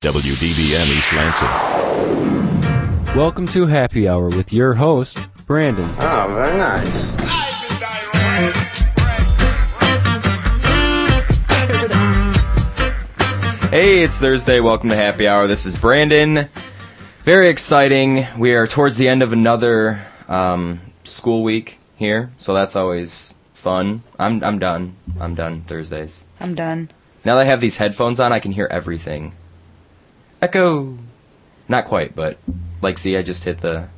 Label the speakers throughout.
Speaker 1: WDBM East Lansing.
Speaker 2: Welcome to Happy Hour with your host, Brandon.
Speaker 3: Oh, very nice.
Speaker 4: Hey, it's Thursday. Welcome to Happy Hour. This is Brandon. Very exciting. We are towards the end of another um, school week here, so that's always fun. I'm I'm done. I'm done Thursdays.
Speaker 5: I'm done.
Speaker 4: Now that I have these headphones on, I can hear everything. Echo. Not quite, but like, see, I just hit the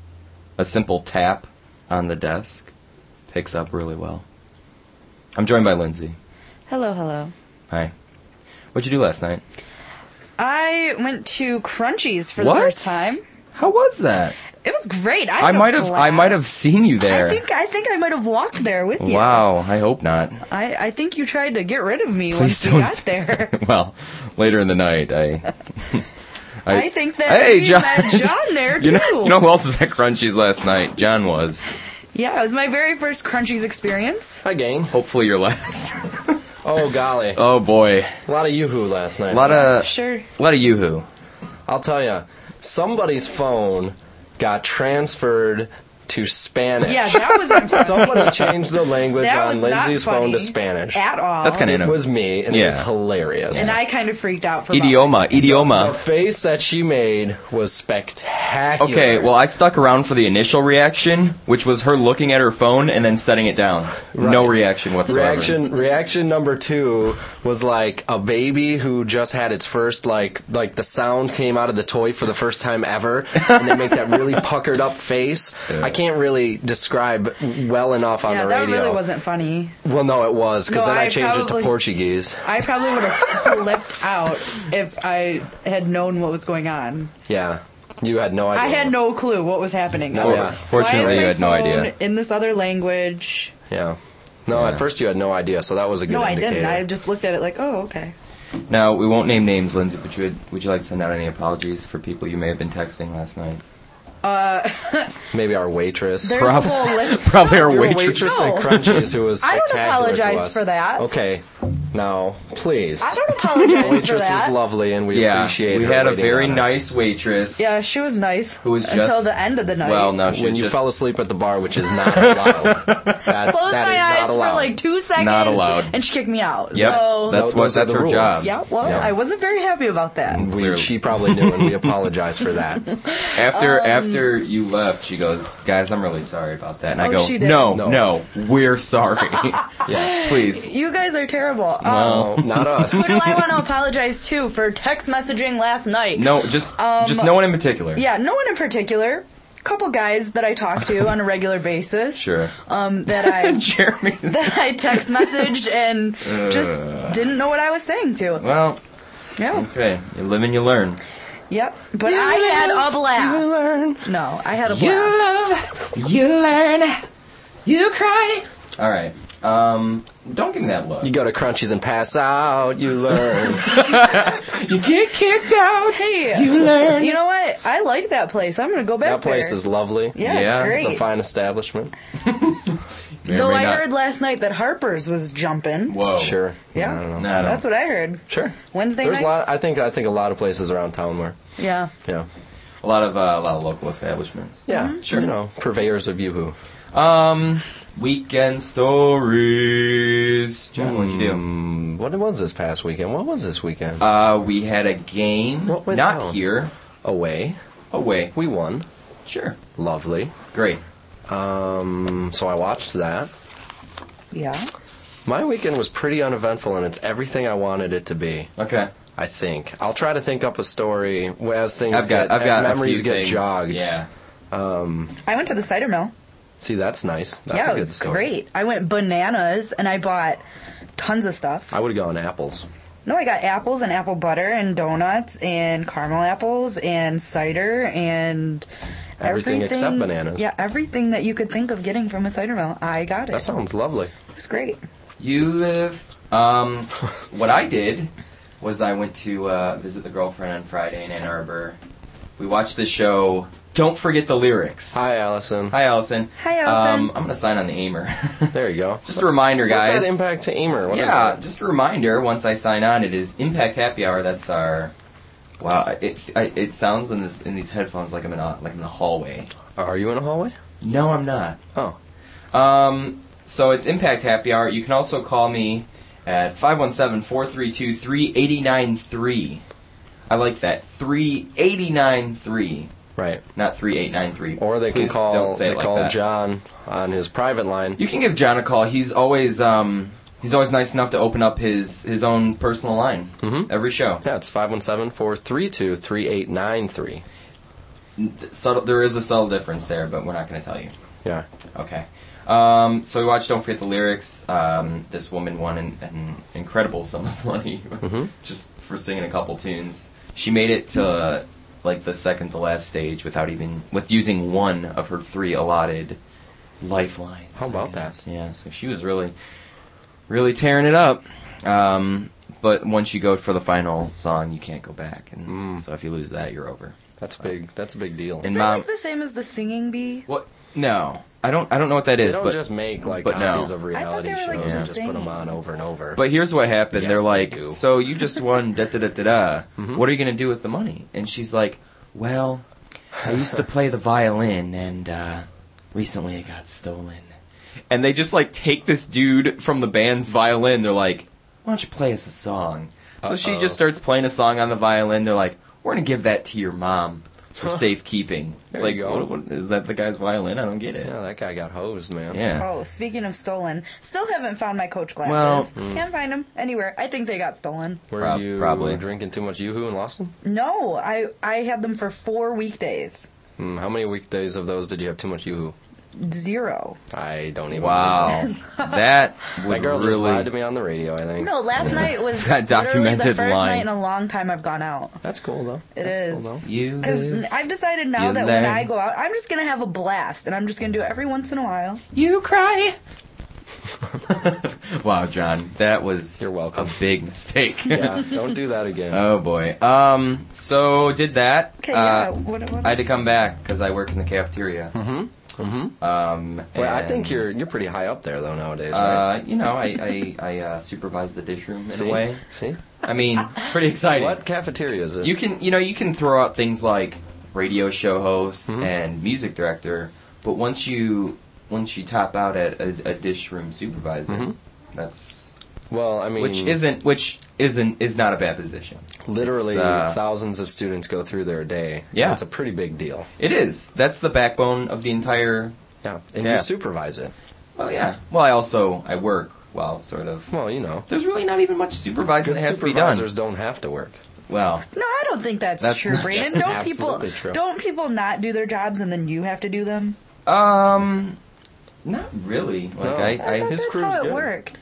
Speaker 4: a simple tap on the desk. Picks up really well. I'm joined by Lindsay.
Speaker 5: Hello, hello.
Speaker 4: Hi. What'd you do last night?
Speaker 5: I went to Crunchies for
Speaker 4: What?
Speaker 5: the first time.
Speaker 4: How was that?
Speaker 5: It was great. I,
Speaker 4: I
Speaker 5: had a
Speaker 4: might have I
Speaker 5: blast.
Speaker 4: might have seen you there.
Speaker 5: I think I think I might have walked there with you.
Speaker 4: Wow, I hope not.
Speaker 5: I, I think you tried to get rid of me
Speaker 4: Please
Speaker 5: once
Speaker 4: don't.
Speaker 5: we got there.
Speaker 4: Well, later in the night, I.
Speaker 5: I, think that
Speaker 4: Hey,
Speaker 5: we
Speaker 4: John.
Speaker 5: met John there too.
Speaker 4: You know, you know who else was at Crunchies last night? John was.
Speaker 5: yeah, it was my very first Crunchies experience.
Speaker 3: Hi, gang.
Speaker 4: Hopefully, your last.
Speaker 3: Oh, golly.
Speaker 4: Oh boy,
Speaker 3: A lot of yoo-hoo last night.
Speaker 4: a lot of
Speaker 5: Sure.
Speaker 4: a lot of yoo-hoo.
Speaker 3: I'll tell you, somebody's phone got transferred to Spanish.
Speaker 5: Yeah, that was absurd
Speaker 3: Somebody changed the language
Speaker 5: That
Speaker 3: on
Speaker 5: was not
Speaker 3: Lindsay's phone
Speaker 5: funny
Speaker 3: to Spanish.
Speaker 5: at all.
Speaker 4: That's kind of
Speaker 3: Oh, It was me, and it was
Speaker 4: Yeah.
Speaker 3: hilarious.
Speaker 5: and I kind of freaked out for a moment.
Speaker 4: idioma,
Speaker 3: the
Speaker 4: idioma.
Speaker 3: face that she made was spectacular.
Speaker 4: Okay, well, I stuck around for the initial reaction, which was her looking at her phone and then setting it down. No
Speaker 3: Right.
Speaker 4: reaction whatsoever.
Speaker 3: Reaction reaction number two was like a baby who just had its first like like the sound came out of the toy for the first time ever, and they make that really puckered up face. I can't really describe well enough on
Speaker 5: Yeah,
Speaker 3: the
Speaker 5: that
Speaker 3: radio.
Speaker 5: really wasn't funny.
Speaker 3: Well, no, it was because
Speaker 5: No,
Speaker 3: then I,
Speaker 5: I
Speaker 3: changed it
Speaker 5: probably-
Speaker 3: to Portuguese.
Speaker 5: I probably would have flipped out if I had known what was going on.
Speaker 3: Yeah, you had no idea.
Speaker 5: I had no clue what was happening.
Speaker 3: No,
Speaker 5: Like,
Speaker 3: yeah.
Speaker 4: Fortunately,
Speaker 5: why is
Speaker 4: you
Speaker 5: my
Speaker 4: had no idea.
Speaker 5: phone In this other language.
Speaker 3: Yeah. No, at first you had no idea, so that was a good
Speaker 5: No, I
Speaker 3: indicator.
Speaker 5: didn't. I just looked at it like, oh, okay.
Speaker 4: Now we won't name names, Lindsay. But you would, would you like to send out any apologies for people you may have been texting last night?
Speaker 3: Maybe our waitress.
Speaker 5: There's
Speaker 4: Prob-
Speaker 5: a whole list.
Speaker 4: Probably our
Speaker 3: Your
Speaker 4: waitress.
Speaker 3: waitress
Speaker 5: No.
Speaker 3: at Crunchies who was
Speaker 5: I don't
Speaker 3: spectacular to
Speaker 5: apologize
Speaker 3: us.
Speaker 5: for that.
Speaker 3: Okay. Now, please.
Speaker 5: I don't apologize for
Speaker 3: waitress was
Speaker 5: that.
Speaker 3: lovely, and we
Speaker 4: Yeah,
Speaker 3: appreciate.
Speaker 4: we
Speaker 3: her
Speaker 4: had a
Speaker 3: waiting
Speaker 4: very
Speaker 3: on us.
Speaker 4: nice waitress.
Speaker 5: yeah, she was nice.
Speaker 4: Who was
Speaker 5: until
Speaker 4: just-
Speaker 5: the end of the night.
Speaker 4: Well, no, she
Speaker 3: When
Speaker 4: was
Speaker 3: you
Speaker 4: just
Speaker 3: fell asleep at the bar, which is not allowed. That,
Speaker 5: Closed
Speaker 3: that
Speaker 5: my
Speaker 3: is
Speaker 5: eyes
Speaker 3: not
Speaker 5: for
Speaker 3: allowed.
Speaker 5: like two seconds.
Speaker 4: Not allowed.
Speaker 5: And she kicked me out.
Speaker 4: Yep,
Speaker 5: So,
Speaker 4: that's
Speaker 3: Those
Speaker 4: what
Speaker 3: are
Speaker 4: that's
Speaker 3: the
Speaker 4: her
Speaker 3: rules.
Speaker 4: job.
Speaker 5: yeah. Well,
Speaker 3: Yeah.
Speaker 5: I wasn't very happy about that.
Speaker 3: We-
Speaker 4: Clearly.
Speaker 3: she probably knew, and we apologize for that.
Speaker 4: After
Speaker 5: Um,
Speaker 4: after you left, she goes, "Guys, I'm really sorry about that." And I
Speaker 5: Oh,
Speaker 4: go,
Speaker 5: she did.
Speaker 4: "No, no,
Speaker 3: No.
Speaker 4: we're sorry.
Speaker 3: Yes.
Speaker 4: Please."
Speaker 5: You guys are terrible. Um,
Speaker 3: No, Oh. not us.
Speaker 5: Who do I want to apologize to for text messaging last night?
Speaker 4: No, just
Speaker 5: Um,
Speaker 4: just no one in particular.
Speaker 5: Yeah, no one in particular. Couple guys that I talk to on a regular basis.
Speaker 4: Sure.
Speaker 5: Um, that I
Speaker 4: Jeremy.
Speaker 5: that I text messaged and
Speaker 3: Uh.
Speaker 5: just didn't know what I was saying to.
Speaker 4: Well,
Speaker 5: Yeah.
Speaker 4: okay. You live and you learn.
Speaker 5: Yep. But I had a blast. No, I had a blast.
Speaker 4: love, you learn, you cry. All right. Um, don't give me that look.
Speaker 3: You go to Crunchies and pass out. You learn.
Speaker 4: You get kicked out.
Speaker 5: Hey, you,
Speaker 4: learn.
Speaker 5: know what? I like that place. I'm gonna go back
Speaker 3: that place
Speaker 5: there.
Speaker 3: is lovely.
Speaker 4: Yeah,
Speaker 5: yeah, it's great.
Speaker 3: It's a fine establishment.
Speaker 5: Though I heard last night that Harper's was jumping.
Speaker 4: Whoa.
Speaker 3: Sure.
Speaker 5: Yeah,
Speaker 4: No,
Speaker 5: that's what I heard.
Speaker 3: Sure.
Speaker 5: Wednesday
Speaker 3: There's a lot.
Speaker 5: nights.
Speaker 3: I think. I think a lot of places around town were.
Speaker 5: yeah.
Speaker 3: Yeah.
Speaker 5: Mm-hmm.
Speaker 4: a lot of uh, a lot of local establishments.
Speaker 3: Yeah. Sure. You know, purveyors of yoo-hoo.
Speaker 4: Um, weekend stories. John, what'd you do?
Speaker 3: What was this past weekend? What was this weekend?
Speaker 4: Uh, we had a game.
Speaker 3: What went
Speaker 4: Not
Speaker 3: down?
Speaker 4: here.
Speaker 3: Away.
Speaker 4: Away.
Speaker 3: We won.
Speaker 4: Sure.
Speaker 3: Lovely.
Speaker 4: Great.
Speaker 3: Um, so I watched that.
Speaker 5: Yeah.
Speaker 3: My weekend was pretty uneventful, and it's everything I wanted it to be.
Speaker 4: Okay.
Speaker 3: I think I'll try to think up a story as things
Speaker 4: I've got.
Speaker 3: get,
Speaker 4: I've
Speaker 3: as
Speaker 4: got.
Speaker 3: memories
Speaker 4: a few
Speaker 3: get
Speaker 4: things.
Speaker 3: jogged.
Speaker 4: Yeah.
Speaker 5: I went to the cider mill.
Speaker 3: See, that's nice. That's
Speaker 5: yeah,
Speaker 3: a
Speaker 5: it
Speaker 3: good
Speaker 5: was
Speaker 3: story.
Speaker 5: great. I went bananas and I bought tons of stuff.
Speaker 3: I would have gone apples.
Speaker 5: No, I got apples and apple butter and donuts and caramel apples and cider and
Speaker 3: Everything except bananas.
Speaker 5: Yeah, everything that you could think of getting from a cider mill, I got it.
Speaker 3: That sounds lovely.
Speaker 5: it was great.
Speaker 4: You live. Um, what I did was I went to uh, visit the girlfriend on Friday in Ann Arbor. We watched the show. Don't forget the lyrics.
Speaker 3: Hi, Allison.
Speaker 4: Hi, Allison.
Speaker 5: Hi, Allison.
Speaker 4: Um, I'm gonna sign on the Aimer.
Speaker 3: There you go.
Speaker 4: Just a reminder, guys.
Speaker 3: What's that impact to Emer? What is
Speaker 4: yeah,
Speaker 3: that?
Speaker 4: just a reminder. Once I sign on, it is Impact Happy Hour. That's our Wow, it I, it sounds in this in these headphones like I'm in a like I'm in a hallway.
Speaker 3: Are you in a hallway?
Speaker 4: No, I'm not.
Speaker 3: Oh.
Speaker 4: Um, so it's Impact Happy Hour. You can also call me at 517-432-3893. I like that. 3893,
Speaker 3: Right.
Speaker 4: not 3893.
Speaker 3: Or they
Speaker 4: Please
Speaker 3: can call
Speaker 4: don't say it
Speaker 3: they
Speaker 4: like
Speaker 3: call
Speaker 4: that.
Speaker 3: John on his private line.
Speaker 4: You can give John a call. He's always um he's always nice enough to open up his his own personal line
Speaker 3: Mm-hmm.
Speaker 4: every show.
Speaker 3: yeah, it's 517-432-3893.
Speaker 4: Subtle, there is a subtle difference there, but we're not going to tell you.
Speaker 3: Yeah.
Speaker 4: Okay. Um, so we watched Don't Forget the Lyrics. Um, this woman won an, an incredible sum of money
Speaker 3: Mm-hmm.
Speaker 4: just for singing a couple tunes. She made it to uh, like the second to last stage without even with using one of her three allotted lifelines.
Speaker 3: How
Speaker 4: I
Speaker 3: about that?
Speaker 4: guess. Yeah. So she was really, really tearing it up. Um, but once you go for the final song, you can't go back, and
Speaker 3: Mm.
Speaker 4: so if you lose that, you're over.
Speaker 3: That's big. That's a big deal.
Speaker 4: And
Speaker 5: Is that
Speaker 4: mom,
Speaker 5: like the same as the singing bee?
Speaker 4: what? No, I don't. I don't know what that
Speaker 3: they
Speaker 4: is.
Speaker 3: don't
Speaker 4: but
Speaker 3: just make like
Speaker 4: but no.
Speaker 3: copies of
Speaker 5: I thought
Speaker 3: reality
Speaker 5: they were,
Speaker 3: shows
Speaker 5: like,
Speaker 3: and
Speaker 5: just
Speaker 3: just put them
Speaker 5: singing.
Speaker 3: on over and over.
Speaker 4: But here's what happened.
Speaker 3: Yes,
Speaker 4: They're
Speaker 3: they
Speaker 4: like,
Speaker 3: do. Mm-hmm.
Speaker 4: so you just won da da da da da. What are you gonna do with the money? And she's like, well, I used to play the violin, and uh, recently it got stolen. And they just like take this dude from the band's violin. They're like, why don't you play us a song? So she just starts playing a song on the violin. They're like, we're gonna give that to your mom for safekeeping. It's
Speaker 3: There
Speaker 4: like,
Speaker 3: you go.
Speaker 4: what- what- is that the guy's violin? I don't get it.
Speaker 3: yeah, that guy got hosed, man.
Speaker 4: Yeah.
Speaker 5: Oh, speaking of stolen, still haven't found my coach
Speaker 4: Well,
Speaker 5: glasses. Can't find them anywhere. I think they got stolen.
Speaker 3: Were
Speaker 4: Prob-
Speaker 3: you
Speaker 4: probably.
Speaker 3: drinking too much yoo-hoo and lost them?
Speaker 5: No, I I had them for four weekdays.
Speaker 3: Hmm, how many weekdays of those did you have too much yoo-hoo?
Speaker 5: Zero.
Speaker 3: I don't even.
Speaker 4: Wow, that would
Speaker 3: That girl
Speaker 4: really
Speaker 3: just lied to me on the radio. I think.
Speaker 5: No, last night was
Speaker 4: That
Speaker 5: literally
Speaker 4: documented
Speaker 5: the first
Speaker 4: line.
Speaker 5: night in a long time I've gone out.
Speaker 3: That's cool though.
Speaker 5: It is.
Speaker 3: That's Cool,
Speaker 4: you
Speaker 5: Because
Speaker 4: live-
Speaker 5: I've decided now
Speaker 4: You
Speaker 5: that
Speaker 4: learn.
Speaker 5: when I go out, I'm just gonna have a blast, and I'm just gonna do it every once in a while.
Speaker 4: You cry. wow, John, that was
Speaker 3: You're welcome.
Speaker 4: a big mistake.
Speaker 3: though. yeah, don't do that again.
Speaker 4: oh boy. Um. So did that.
Speaker 5: Okay,
Speaker 4: Uh,
Speaker 5: yeah. What, what
Speaker 4: I had to
Speaker 5: else?
Speaker 4: come back because I work in the cafeteria. Mm-hmm. Mm-hmm. Um.
Speaker 3: Well, I
Speaker 4: and,
Speaker 3: think you're you're pretty high up there though nowadays, right?
Speaker 4: Uh, you know, I I, I uh, supervise the dish room in
Speaker 3: See,
Speaker 4: a way.
Speaker 3: see,
Speaker 4: I mean, it's pretty exciting.
Speaker 3: what cafeteria is this?
Speaker 4: You can, you know, you can throw out things like radio show host
Speaker 3: Mm-hmm.
Speaker 4: and music director, but once you once you top out at a, a dish room supervisor,
Speaker 3: Mm-hmm.
Speaker 4: that's
Speaker 3: well, I mean,
Speaker 4: which isn't which isn't is not a bad position.
Speaker 3: literally
Speaker 4: it's, uh,
Speaker 3: thousands of students go through there a day.
Speaker 4: Yeah.
Speaker 3: it's a pretty big deal.
Speaker 4: It is. That's the backbone of the entire.
Speaker 3: Yeah, and
Speaker 4: Yeah.
Speaker 3: you supervise it.
Speaker 4: Well, yeah. Well, I also I work while sort of.
Speaker 3: Well, you know,
Speaker 4: There's really not even much supervising
Speaker 3: good
Speaker 4: that has to be done.
Speaker 3: supervisors don't have to work.
Speaker 4: Well,
Speaker 5: No, I don't think that's,
Speaker 4: That's
Speaker 5: true,
Speaker 4: not-
Speaker 5: Brandon.
Speaker 3: that's
Speaker 5: Don't people
Speaker 3: absolutely true.
Speaker 5: don't people not do their jobs and then you have to do them?
Speaker 4: um, not really. Like
Speaker 3: No.
Speaker 4: I,
Speaker 5: I
Speaker 4: I
Speaker 5: thought
Speaker 3: his
Speaker 5: that's
Speaker 3: crew's
Speaker 5: how it
Speaker 3: good.
Speaker 5: worked.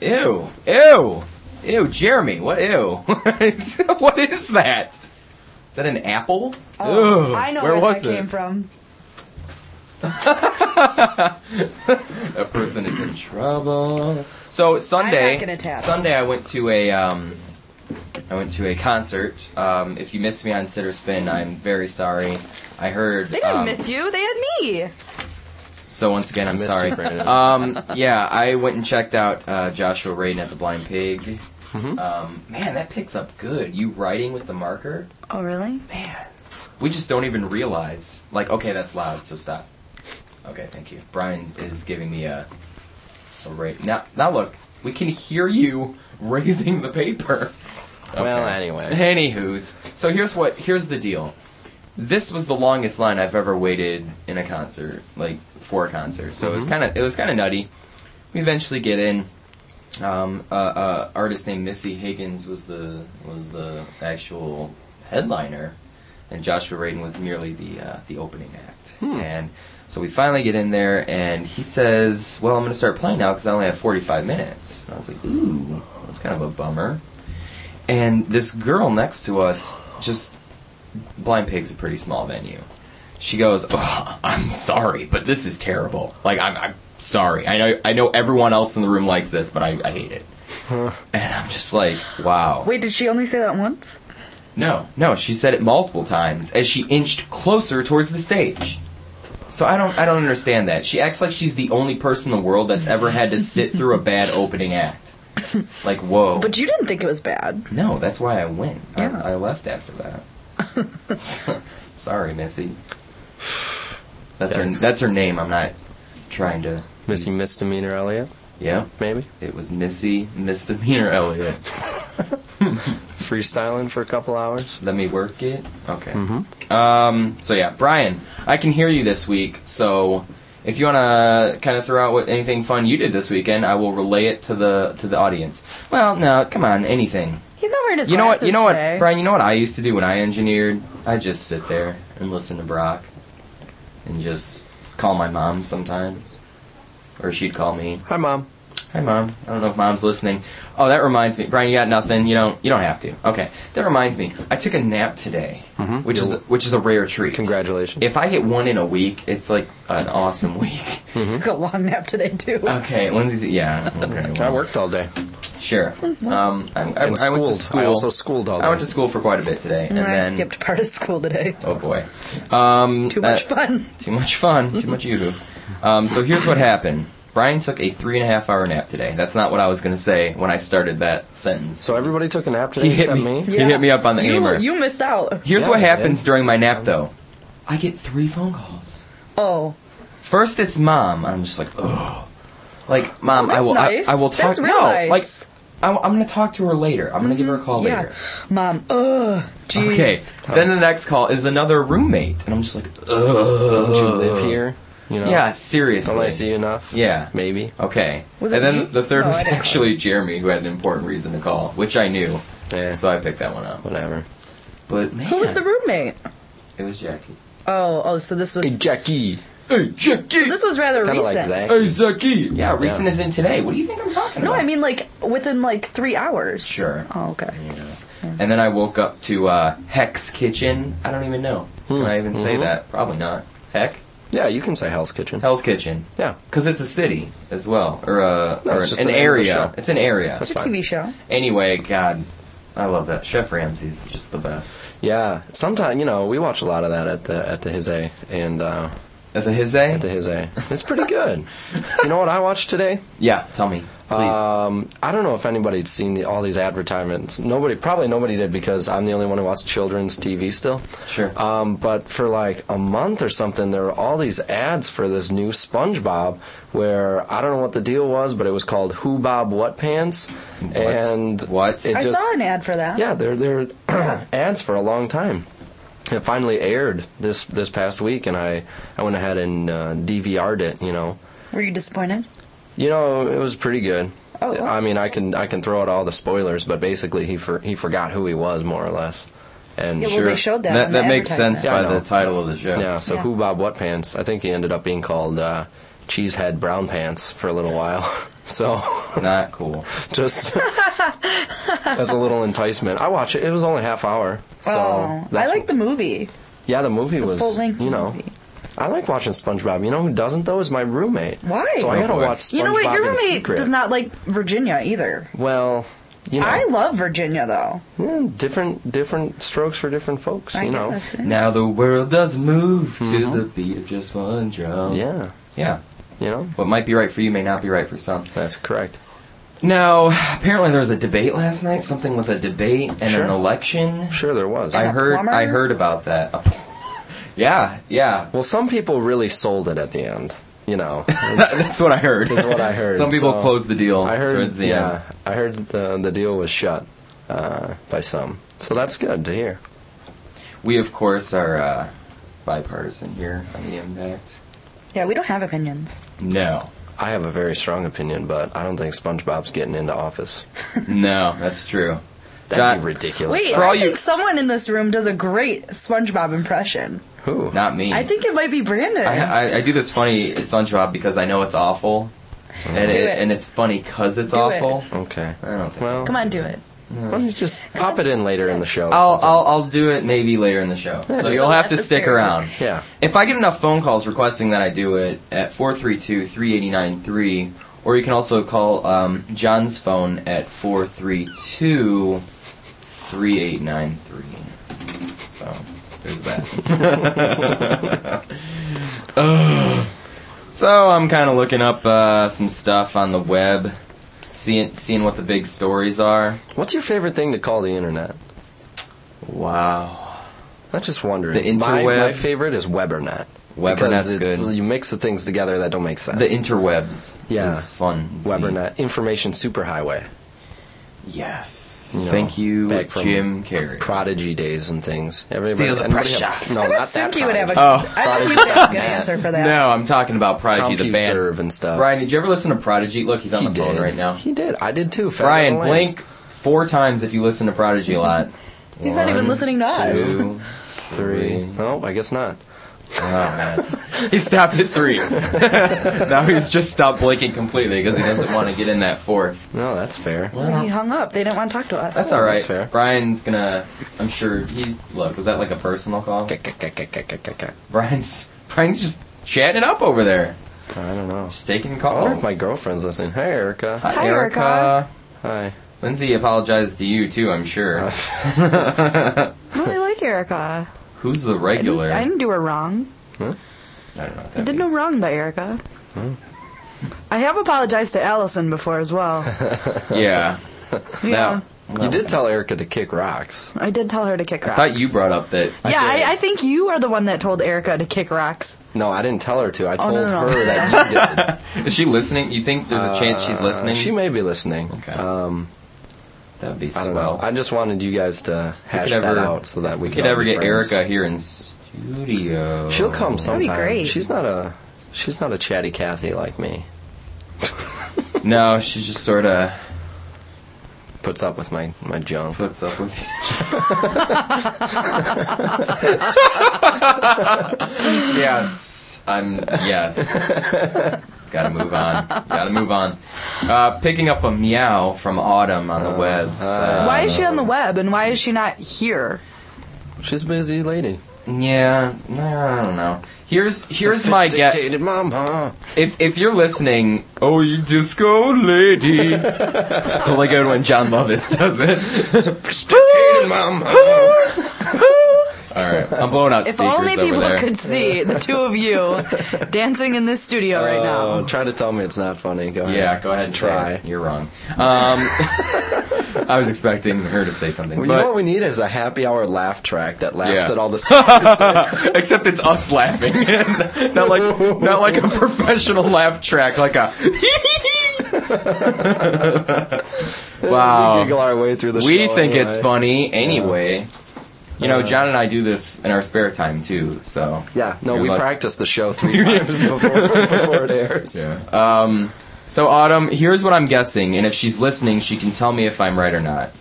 Speaker 4: Ew. Ew. Ew, Jeremy, what ew? what is that? Is that an apple?
Speaker 5: Oh,
Speaker 4: Ew.
Speaker 5: I know
Speaker 4: Where
Speaker 5: where,
Speaker 4: was
Speaker 5: that
Speaker 4: it?
Speaker 5: came from.
Speaker 4: That person is in trouble. So Sunday,
Speaker 5: I'm not gonna tap.
Speaker 4: Sunday, I went to a um, I went to a concert. Um, if you missed me on Sitter Spin, I'm very sorry. I heard
Speaker 5: They didn't
Speaker 4: um,
Speaker 5: miss you. They had me.
Speaker 4: So once again, I'm
Speaker 3: missed
Speaker 4: sorry.
Speaker 3: you, Brandon.
Speaker 4: um, yeah, I went and checked out uh, Joshua Radin at the Blind Pig.
Speaker 3: Mm-hmm.
Speaker 4: Um, man, that picks up good. You writing with the marker?
Speaker 5: Oh, really?
Speaker 4: Man, we just don't even realize. Like, okay, that's loud, so stop. Okay, thank you. Brian is giving me a a rate. Now, now look, we can hear you raising the paper.
Speaker 3: Well,
Speaker 4: Okay.
Speaker 3: anyway,
Speaker 4: Anywho's. So here's what here's the deal. This was the longest line I've ever waited in a concert, like for a concert. So it
Speaker 3: Mm-hmm.
Speaker 4: was kind of it was kind of nutty. We eventually get in. Um, uh, uh, artist named Missy Higgins was the was the actual headliner, and Joshua Radin was merely the uh, the opening act.
Speaker 3: Hmm.
Speaker 4: And so we finally get in there, and he says, "Well, I'm going to start playing now because I only have 45 minutes." And I was like, "Ooh, that's kind of a bummer." And this girl next to us just Blind Pig's a pretty small venue. She goes, oh, "I'm sorry, but this is terrible. Like I'm, I'm sorry. I know I know everyone else in the room likes this, but I, I hate it." And I'm just like, "Wow."
Speaker 5: Wait, did she only say that once?
Speaker 4: No, no, she said it multiple times as she inched closer towards the stage. So I don't I don't understand that. She acts like she's the only person in the world that's ever had to sit through a bad opening act. Like, whoa.
Speaker 1: But you didn't think it was bad.
Speaker 4: no, that's why I went.
Speaker 1: Yeah.
Speaker 4: I, I left after that. Sorry, Missy. That's her.
Speaker 3: Yikes.
Speaker 4: That's her name. I'm not trying to.
Speaker 3: Missy misdemeanor Elliot,
Speaker 4: Yeah.
Speaker 3: maybe
Speaker 4: It was Missy misdemeanor Elliot.
Speaker 3: freestyling for a couple hours.
Speaker 4: Let me work it. Okay. Um. So yeah, Brian, I can hear you this week. So if you wanna kind of throw out what anything fun you did this weekend, I will relay it to the to the audience. Well, no, come on, anything.
Speaker 1: He's not wearing his
Speaker 4: You know what?
Speaker 1: glasses
Speaker 4: You know what,
Speaker 1: today.
Speaker 4: Brian? You know what I used to do when I engineered? I just sit there and listen to Brock, and just call my mom sometimes, or she'd call me.
Speaker 3: Hi, mom.
Speaker 4: Hi, mom. I don't know if mom's listening. Oh, that reminds me, Brian. You got nothing. You don't. You don't have to. Okay. That reminds me. I took a nap today, which is which is a rare treat.
Speaker 3: Mm-hmm. Congratulations.
Speaker 4: If I get one in a week, it's like an awesome week.
Speaker 5: Took a long nap today too.
Speaker 4: okay, Lindsay. Yeah. Okay.
Speaker 3: I
Speaker 4: well,
Speaker 3: worked all day.
Speaker 4: Sure. Um, I, I,
Speaker 3: And
Speaker 4: I went to
Speaker 3: schooled.
Speaker 4: school.
Speaker 3: I also schooled all day.
Speaker 4: I went to school for quite a bit today, and
Speaker 5: I
Speaker 4: then
Speaker 5: skipped part of school today.
Speaker 4: Oh boy. Um,
Speaker 5: Too much
Speaker 4: uh,
Speaker 5: fun.
Speaker 4: Too much fun. Too much yoo-hoo. Um, so here's what happened. Brian took a three and a half hour nap today. That's not what I was going to say when I started that sentence.
Speaker 3: so everybody took a nap today except me.
Speaker 4: He hit me up on the
Speaker 1: You,
Speaker 4: hammer.
Speaker 1: you missed out.
Speaker 4: here's
Speaker 3: Yeah,
Speaker 4: what
Speaker 3: I did.
Speaker 4: happens during my nap, though. I get three phone calls.
Speaker 5: Oh,
Speaker 4: First, it's mom. I'm just like, oh, like mom. I
Speaker 1: that's
Speaker 4: will.
Speaker 1: nice.
Speaker 4: I, I will talk.
Speaker 1: That's real
Speaker 4: no,
Speaker 1: nice. Mm-hmm.
Speaker 4: like I, I'm going to talk to her later. I'm going to give her a call
Speaker 5: yeah.
Speaker 4: later.
Speaker 5: Mom, ugh, jeez.
Speaker 4: Okay. Then the next call is another roommate, and I'm just like,
Speaker 3: Don't
Speaker 4: ugh.
Speaker 3: you live here? You know.
Speaker 4: Yeah, seriously.
Speaker 3: Don't I see you enough?
Speaker 4: Yeah.
Speaker 3: Maybe.
Speaker 4: Okay.
Speaker 5: Was
Speaker 4: and
Speaker 5: it
Speaker 4: then
Speaker 5: me?
Speaker 4: the third
Speaker 5: No, I
Speaker 4: was
Speaker 5: didn't call.
Speaker 4: actually Jeremy, who had an important reason to call, which I knew.
Speaker 3: Yeah.
Speaker 4: So I picked that one up.
Speaker 3: Whatever.
Speaker 4: But man,
Speaker 1: Who was the roommate?
Speaker 4: It was Jackie.
Speaker 1: Oh, oh, so this was
Speaker 3: Hey, Jackie.
Speaker 4: Hey, Jackie.
Speaker 1: this was rather
Speaker 3: Kind of
Speaker 1: recent.
Speaker 3: like Zach.
Speaker 4: Hey, Jackie. Yeah,
Speaker 3: Yeah.
Speaker 4: recent is in today. What do you think I'm talking
Speaker 1: No,
Speaker 4: about?
Speaker 1: I mean like within like three hours.
Speaker 4: Sure.
Speaker 1: Oh, okay.
Speaker 4: And then I woke up to uh, Heck's kitchen. I don't even know. Can I even say that? Probably not. Heck,
Speaker 3: Yeah, you can say Hell's Kitchen.
Speaker 4: Hell's Kitchen.
Speaker 3: Yeah.
Speaker 4: Because it's a city as well, or a
Speaker 3: No,
Speaker 4: or
Speaker 3: it's
Speaker 4: an,
Speaker 3: just
Speaker 4: an
Speaker 3: the name of the
Speaker 4: area.
Speaker 3: show.
Speaker 4: It's an area.
Speaker 5: It's a
Speaker 3: fine.
Speaker 5: TV show.
Speaker 4: Anyway, God, I love that. Chef Ramsay's just the best.
Speaker 3: Yeah. Sometimes you know we watch a lot of that at the at the His A and uh,
Speaker 4: At the His
Speaker 3: at the His A. It's pretty good. you know what I watched today?
Speaker 4: Yeah, tell me, please.
Speaker 3: Um, I don't know if anybody'd seen the, all these advertisements. Nobody, probably nobody did because I'm the only one who watches children's TV still.
Speaker 4: Sure.
Speaker 3: Um, but for like a month or something, there were all these ads for this new SpongeBob, where I don't know what the deal was, but it was called Who Bob What Pants, and
Speaker 4: What?
Speaker 3: it
Speaker 5: I
Speaker 3: just
Speaker 5: saw an ad for that.
Speaker 3: yeah, there there were ads for a long time. It finally aired this this past week, and I I went ahead and uh, DVR'd it. You know.
Speaker 5: Were you disappointed?
Speaker 3: You know, it was pretty good.
Speaker 5: Oh, wow.
Speaker 3: I mean, I can I can throw out all the spoilers, but basically he for, he forgot who he was more or less, and
Speaker 5: Yeah, well,
Speaker 3: sure,
Speaker 5: they showed that.
Speaker 4: that
Speaker 5: on the
Speaker 4: that makes sense
Speaker 5: advertisement.
Speaker 4: by
Speaker 3: Yeah, I
Speaker 4: the
Speaker 3: know.
Speaker 4: title of the show.
Speaker 3: yeah. So
Speaker 5: Yeah.
Speaker 3: who Bob what pants? I think he ended up being called uh, Cheesehead Brown Pants for a little while. So
Speaker 4: Not cool.
Speaker 3: just as a little enticement, I watch it. It was only half hour, so
Speaker 5: oh, I
Speaker 3: that's-
Speaker 5: like the movie.
Speaker 3: yeah. The movie was
Speaker 5: Full length
Speaker 3: you know.
Speaker 5: movie.
Speaker 3: I like watching SpongeBob. You know who doesn't though is my roommate.
Speaker 5: Why?
Speaker 3: So I
Speaker 5: Oh,
Speaker 3: gotta
Speaker 4: boy.
Speaker 3: watch SpongeBob
Speaker 5: You know what? Your
Speaker 3: in
Speaker 5: roommate
Speaker 3: secret.
Speaker 5: does not like Virginia either.
Speaker 3: Well, you know.
Speaker 5: I love Virginia though.
Speaker 3: Yeah, different different strokes for different folks,
Speaker 5: I
Speaker 3: you know.
Speaker 5: guess, yeah.
Speaker 4: Now the world does move to the beat of just one drum.
Speaker 3: Mm-hmm. Yeah,
Speaker 4: Yeah.
Speaker 3: you know.
Speaker 4: What might be right for you may not be right for some.
Speaker 3: That's correct.
Speaker 4: Now, apparently there was a debate last night, something with a debate and
Speaker 3: Sure.
Speaker 4: an election.
Speaker 3: Sure there was.
Speaker 4: I
Speaker 5: a
Speaker 4: heard
Speaker 5: plumber?
Speaker 4: I heard about that. yeah, yeah.
Speaker 3: well, some people really sold it at the end, you know.
Speaker 4: That's what I heard.
Speaker 3: That's what I heard,
Speaker 4: Some people
Speaker 3: so-
Speaker 4: closed the deal
Speaker 3: I heard
Speaker 4: towards the
Speaker 3: yeah,
Speaker 4: end.
Speaker 3: I heard the the deal was shut uh, by some. So that's good to hear.
Speaker 4: We of course are uh, bipartisan here on the impact.
Speaker 5: Yeah, we don't have opinions.
Speaker 4: No.
Speaker 3: I have a very strong opinion, but I don't think SpongeBob's getting into office.
Speaker 4: No, that's true.
Speaker 3: That'd
Speaker 4: That-
Speaker 3: be ridiculous.
Speaker 1: Wait,
Speaker 4: For all
Speaker 1: I
Speaker 4: you-
Speaker 1: think someone in this room does a great SpongeBob impression.
Speaker 3: Who?
Speaker 4: Not me.
Speaker 1: I think it might be Brandon.
Speaker 4: I, I, I do this funny SpongeBob because I know it's awful, and it,
Speaker 1: it.
Speaker 4: and it's funny because it's
Speaker 1: Do it.
Speaker 4: awful.
Speaker 3: Okay.
Speaker 4: I Oh, don't think.
Speaker 3: Well,
Speaker 1: Come on, do it.
Speaker 3: why don't you just pop it in later in the show? or
Speaker 4: I'll,
Speaker 3: something?
Speaker 4: I'll I'll do it maybe later in the show, so
Speaker 1: just
Speaker 4: you'll have
Speaker 1: let
Speaker 4: to
Speaker 1: the
Speaker 4: stick
Speaker 1: spirit.
Speaker 4: around.
Speaker 3: yeah.
Speaker 4: If I get enough phone calls requesting that I do it at 432-3893, or you can also call um, John's phone at 432-3893. So, there's that. Ugh. So, I'm kind of looking up uh, some stuff on the web. seeing seeing what the big stories are.
Speaker 3: What's your favorite thing to call the internet?
Speaker 4: Wow.
Speaker 3: I'm just wondering.
Speaker 4: The
Speaker 3: My,
Speaker 4: interweb?
Speaker 3: my favorite is WeberNet.
Speaker 4: Webernet's
Speaker 3: because it's,
Speaker 4: good.
Speaker 3: You mix the things together that don't make sense.
Speaker 4: The interwebs.
Speaker 3: Yeah.
Speaker 4: Is fun.
Speaker 3: WeberNet information superhighway.
Speaker 4: Yes.
Speaker 3: You know,
Speaker 4: Thank you,
Speaker 3: back from
Speaker 4: Jim Carrey.
Speaker 3: Prodigy days and things. Everybody,
Speaker 4: Feel the
Speaker 3: anybody have-
Speaker 4: pressure.
Speaker 3: no,
Speaker 5: I would
Speaker 3: not that.
Speaker 5: think you would have a,
Speaker 3: Prodigy.
Speaker 4: Oh.
Speaker 5: I think
Speaker 3: Prodigy
Speaker 5: you would have a good
Speaker 3: dot net.
Speaker 5: answer for that.
Speaker 4: No, I'm talking about Prodigy Oh, the band.
Speaker 3: CompuServe and stuff.
Speaker 4: Brian, did you ever listen to Prodigy? Look, he's on
Speaker 3: he
Speaker 4: the
Speaker 3: did.
Speaker 4: phone right now.
Speaker 3: He did. I did too. Fat
Speaker 4: Brian,
Speaker 3: Little Lamb.
Speaker 4: blink four times if you listen to Prodigy a lot.
Speaker 1: He's not even
Speaker 4: One,
Speaker 1: listening to us.
Speaker 4: Two, three. Oh,
Speaker 3: No, I guess not.
Speaker 4: He stopped at three. now he's just stopped blinking completely because he doesn't want to get in that fourth.
Speaker 3: No, that's fair.
Speaker 1: He hung up. They didn't want to talk to us.
Speaker 4: That's all right.
Speaker 3: Oh, That's fair.
Speaker 4: Brian's gonna. I'm sure he's. Look, was that like a personal call?
Speaker 3: I
Speaker 4: Brian's. Brian's just chatting up over there,
Speaker 3: don't know.
Speaker 4: just taking
Speaker 3: I wonder
Speaker 4: calls.
Speaker 3: if Oh my girlfriend's listening. Hey, Erica.
Speaker 4: Hi,
Speaker 1: Hi,
Speaker 4: Erica.
Speaker 1: Erica.
Speaker 3: Hi.
Speaker 4: Lindsay apologized to you too. I'm sure.
Speaker 3: Uh,
Speaker 1: I really like Erica.
Speaker 4: Who's the
Speaker 1: I didn't,
Speaker 4: regular?
Speaker 1: I didn't do her wrong.
Speaker 4: I don't know. What that
Speaker 1: I did no
Speaker 4: means.
Speaker 1: wrong by Erica.
Speaker 4: Hmm.
Speaker 1: I have apologized to Allison before as well.
Speaker 4: Yeah.
Speaker 1: Yeah.
Speaker 4: Now,
Speaker 3: You did tell Erica to kick rocks.
Speaker 1: I did tell her to kick
Speaker 4: I
Speaker 1: rocks.
Speaker 4: thought you brought up that.
Speaker 1: yeah, I, I think you are the one that told Erica to kick rocks.
Speaker 3: No, I didn't tell her to. I
Speaker 1: Oh,
Speaker 3: told
Speaker 1: no, no, no.
Speaker 3: her that you did.
Speaker 4: Is she listening? You think there's a chance she's listening?
Speaker 3: Uh, She may be listening.
Speaker 4: Okay.
Speaker 3: Um,
Speaker 4: that would be
Speaker 3: I
Speaker 4: swell.
Speaker 3: don't know. I just wanted you guys to
Speaker 4: We
Speaker 3: hash
Speaker 4: could
Speaker 3: that
Speaker 4: ever-
Speaker 3: out so that
Speaker 4: if
Speaker 3: we,
Speaker 4: could
Speaker 3: can all
Speaker 4: ever
Speaker 3: be
Speaker 4: get
Speaker 3: friends.
Speaker 4: Erica here in studio.
Speaker 3: She'll come
Speaker 5: be
Speaker 3: sometime.
Speaker 5: great.
Speaker 3: She's not a she's not a chatty Cathy like me.
Speaker 4: No, she just sort of
Speaker 3: Puts up with my my junk.
Speaker 4: puts up with you. yes, I'm. Yes, gotta move on. Gotta move on. Uh, picking up a meow from Autumn on the webs. Uh,
Speaker 1: Why is she on the web and why is she not here?
Speaker 3: She's a busy lady.
Speaker 4: yeah, no, I don't know. Here's here's my guess.
Speaker 3: Sophisticated mama.
Speaker 4: If if you're listening, oh you disco lady. That's only good when John Lovitz does
Speaker 3: Sophisticated
Speaker 4: it.
Speaker 3: mama.
Speaker 4: All right, I'm blowing out
Speaker 1: If
Speaker 4: speakers
Speaker 1: only
Speaker 4: over
Speaker 1: people
Speaker 4: there.
Speaker 1: could see the two of you dancing in this studio right
Speaker 3: Oh,
Speaker 1: now.
Speaker 3: try to tell me it's not funny. Go ahead.
Speaker 4: yeah, go ahead and
Speaker 3: Try.
Speaker 4: try. it. You're wrong. Um, I was expecting her to say something,
Speaker 3: Well, you know what
Speaker 4: but
Speaker 3: we need is a happy hour laugh track that laughs
Speaker 4: Yeah.
Speaker 3: at all the stuff.
Speaker 4: except it's us laughing, not like not like a professional laugh track, like a. wow.
Speaker 3: we giggle our way through the
Speaker 4: Oh. we
Speaker 3: show
Speaker 4: think
Speaker 3: anyway.
Speaker 4: it's funny anyway. You know, John and I do this in our spare time too. So
Speaker 3: Yeah, no,
Speaker 4: You're
Speaker 3: we
Speaker 4: lucky.
Speaker 3: practice the show three times before, before it airs.
Speaker 4: Yeah. Um. So Autumn, here's what I'm guessing, and if she's listening, she can tell me if I'm right or not.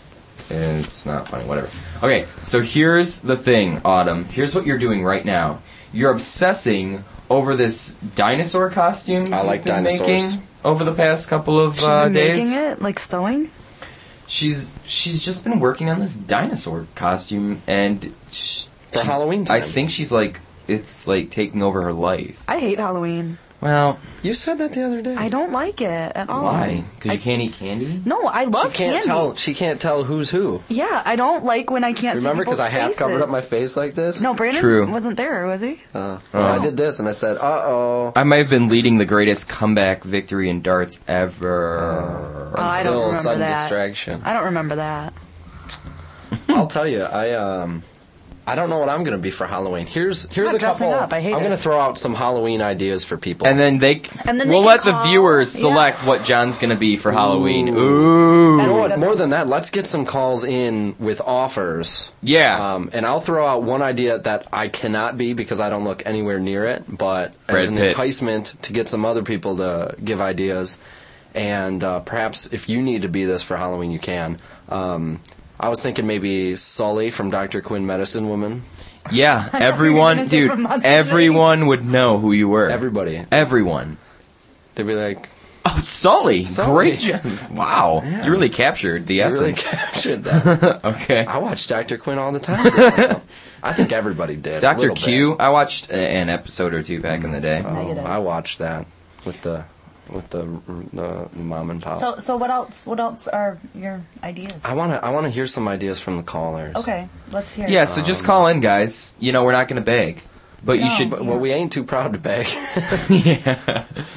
Speaker 4: And It's not funny, whatever. Okay, so here's the thing, Autumn. Here's what you're doing right now. You're obsessing over this dinosaur costume.
Speaker 3: I
Speaker 4: you've
Speaker 3: like
Speaker 4: been
Speaker 3: dinosaurs.
Speaker 4: Making over the past couple of uh,
Speaker 5: Been
Speaker 4: days.
Speaker 5: making it like sewing.
Speaker 4: she's she's just been working on this dinosaur costume and sh
Speaker 3: For
Speaker 4: she's-
Speaker 3: Halloween
Speaker 4: I
Speaker 3: time.
Speaker 4: think she's like it's like taking over her life.
Speaker 1: I hate Halloween.
Speaker 4: Well,
Speaker 3: You said that the other day.
Speaker 1: I don't like it at all.
Speaker 4: why? Because you can't eat candy.
Speaker 1: No, I
Speaker 3: she
Speaker 1: love
Speaker 3: can't
Speaker 1: candy.
Speaker 3: tell. She can't tell who's who.
Speaker 1: Yeah, I don't like when I can't
Speaker 3: Remember,
Speaker 1: because
Speaker 3: because I half covered up my face like this.
Speaker 1: No, Brandon
Speaker 4: True.
Speaker 1: wasn't there, was he?
Speaker 3: Uh, I did this, and I said, "Uh oh."
Speaker 4: I might have been leading the greatest comeback victory in darts ever.
Speaker 1: Oh, I don't
Speaker 3: Until
Speaker 1: remember
Speaker 3: sudden
Speaker 1: that.
Speaker 3: distraction.
Speaker 1: I don't remember that.
Speaker 3: I'll tell you, I um, I don't know what I'm gonna be for Halloween. Here's here's
Speaker 1: Not
Speaker 3: a
Speaker 1: dressing
Speaker 3: couple.
Speaker 1: up, I hate
Speaker 3: am
Speaker 1: it.
Speaker 3: gonna throw out some Halloween ideas for people.
Speaker 4: And then they,
Speaker 1: And then they
Speaker 4: we'll
Speaker 1: can
Speaker 4: let the
Speaker 1: call-
Speaker 4: viewers
Speaker 1: yeah.
Speaker 4: select what John's gonna be for Halloween. Ooh,
Speaker 3: you know what? More than that, let's get some calls in with offers.
Speaker 4: Yeah.
Speaker 3: Um, and I'll throw out one idea that I cannot be because I don't look anywhere near it, but
Speaker 4: Brad
Speaker 3: as an
Speaker 4: Pitt.
Speaker 3: enticement to get some other people to give ideas. And uh, perhaps if you need to be this for Halloween, you can. Um, I was thinking maybe Sully from Dr. Quinn Medicine Woman.
Speaker 4: yeah,
Speaker 1: you were
Speaker 4: everyone,
Speaker 1: gonna say
Speaker 4: dude,
Speaker 1: from Monsters,
Speaker 4: everyone would know who you were.
Speaker 3: Everybody.
Speaker 4: everyone.
Speaker 3: They'd be like,
Speaker 4: Oh, Sully,
Speaker 3: Sully.
Speaker 4: great job. Wow, you really captured the
Speaker 3: you really
Speaker 4: essence.
Speaker 3: captured that.
Speaker 4: okay,
Speaker 3: I watched Dr. Quinn all the time. growing up. I think everybody did. a
Speaker 4: Doctor
Speaker 3: little bit.
Speaker 4: Q. I watched a- an episode or two back in the day.
Speaker 3: Oh,
Speaker 6: Negative.
Speaker 3: I watched that with the with the, the mom and pop.
Speaker 6: So, so what else? What else are your ideas?
Speaker 3: I want to I want to hear some ideas from the callers.
Speaker 6: Okay, let's hear. it.
Speaker 4: Yeah, so
Speaker 3: Um,
Speaker 4: just call in, guys. You know we're not gonna beg, but you
Speaker 6: No.
Speaker 4: should.
Speaker 3: But, well, we ain't too proud to beg.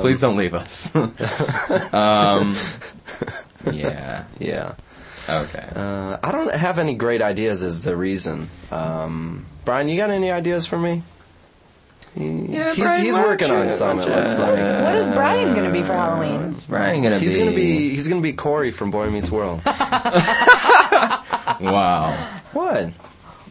Speaker 4: Please don't leave us. um, yeah.
Speaker 3: Yeah.
Speaker 4: Okay.
Speaker 3: Uh, I don't have any great ideas is the reason. Um, Brian, you got any ideas for me?
Speaker 4: yeah,
Speaker 3: he's he's working on some. It looks like.
Speaker 6: What is Brian gonna be for
Speaker 4: uh,
Speaker 6: Halloween?
Speaker 4: Brian gonna
Speaker 3: He's
Speaker 4: be.
Speaker 3: gonna be he's gonna be Corey from Boy Meets World.
Speaker 4: Wow.
Speaker 3: what?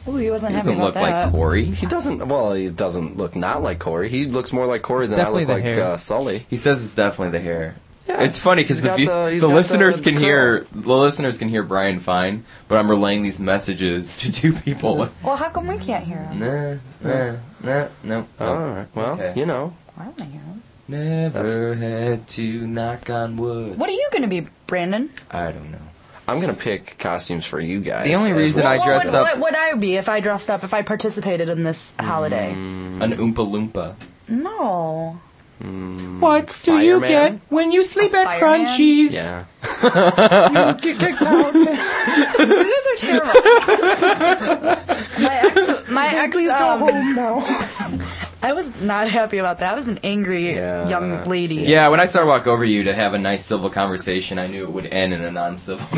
Speaker 6: Ooh, he wasn't happy
Speaker 4: He doesn't
Speaker 6: about
Speaker 4: look like
Speaker 6: that.
Speaker 4: Corey.
Speaker 3: He doesn't. Well, he doesn't look not like Corey. He looks more like Corey than
Speaker 2: Definitely
Speaker 3: I look
Speaker 2: the
Speaker 3: like
Speaker 2: hair.
Speaker 3: uh, Sully.
Speaker 4: He says it's definitely the hair.
Speaker 3: Yeah,
Speaker 4: it's,
Speaker 3: it's-
Speaker 4: funny because
Speaker 3: he's
Speaker 4: the,
Speaker 3: got
Speaker 4: view-
Speaker 3: the- he's
Speaker 4: the
Speaker 3: got
Speaker 4: listeners
Speaker 3: the
Speaker 4: can hear the listeners can hear Brian fine, but I'm relaying these messages to two people.
Speaker 6: Well, how come we can't hear him?
Speaker 4: nah, nah, nah, no.
Speaker 3: All right. Well,
Speaker 4: Okay.
Speaker 3: you know.
Speaker 6: Why don't I hear him?
Speaker 4: Never had to knock on wood.
Speaker 5: What are you going to be, Brandon?
Speaker 4: I don't know.
Speaker 3: I'm gonna pick costumes for you guys.
Speaker 4: The only
Speaker 3: as
Speaker 4: reason
Speaker 3: well.
Speaker 4: I dressed
Speaker 1: would,
Speaker 4: up
Speaker 1: what would I be if I dressed up, if I participated in this holiday?
Speaker 4: an Oompa Loompa.
Speaker 6: No.
Speaker 2: What do you
Speaker 3: Fireman?
Speaker 2: get when you sleep at
Speaker 6: fireman?
Speaker 2: Crunchies?
Speaker 3: Yeah.
Speaker 5: You guys are terrible.
Speaker 6: My ex, my ex, um,
Speaker 1: I was not happy about that. I was an angry
Speaker 3: Yeah.
Speaker 1: young lady.
Speaker 4: Yeah, when I started walk over you to have a nice civil conversation, I knew it would end in a non-civil.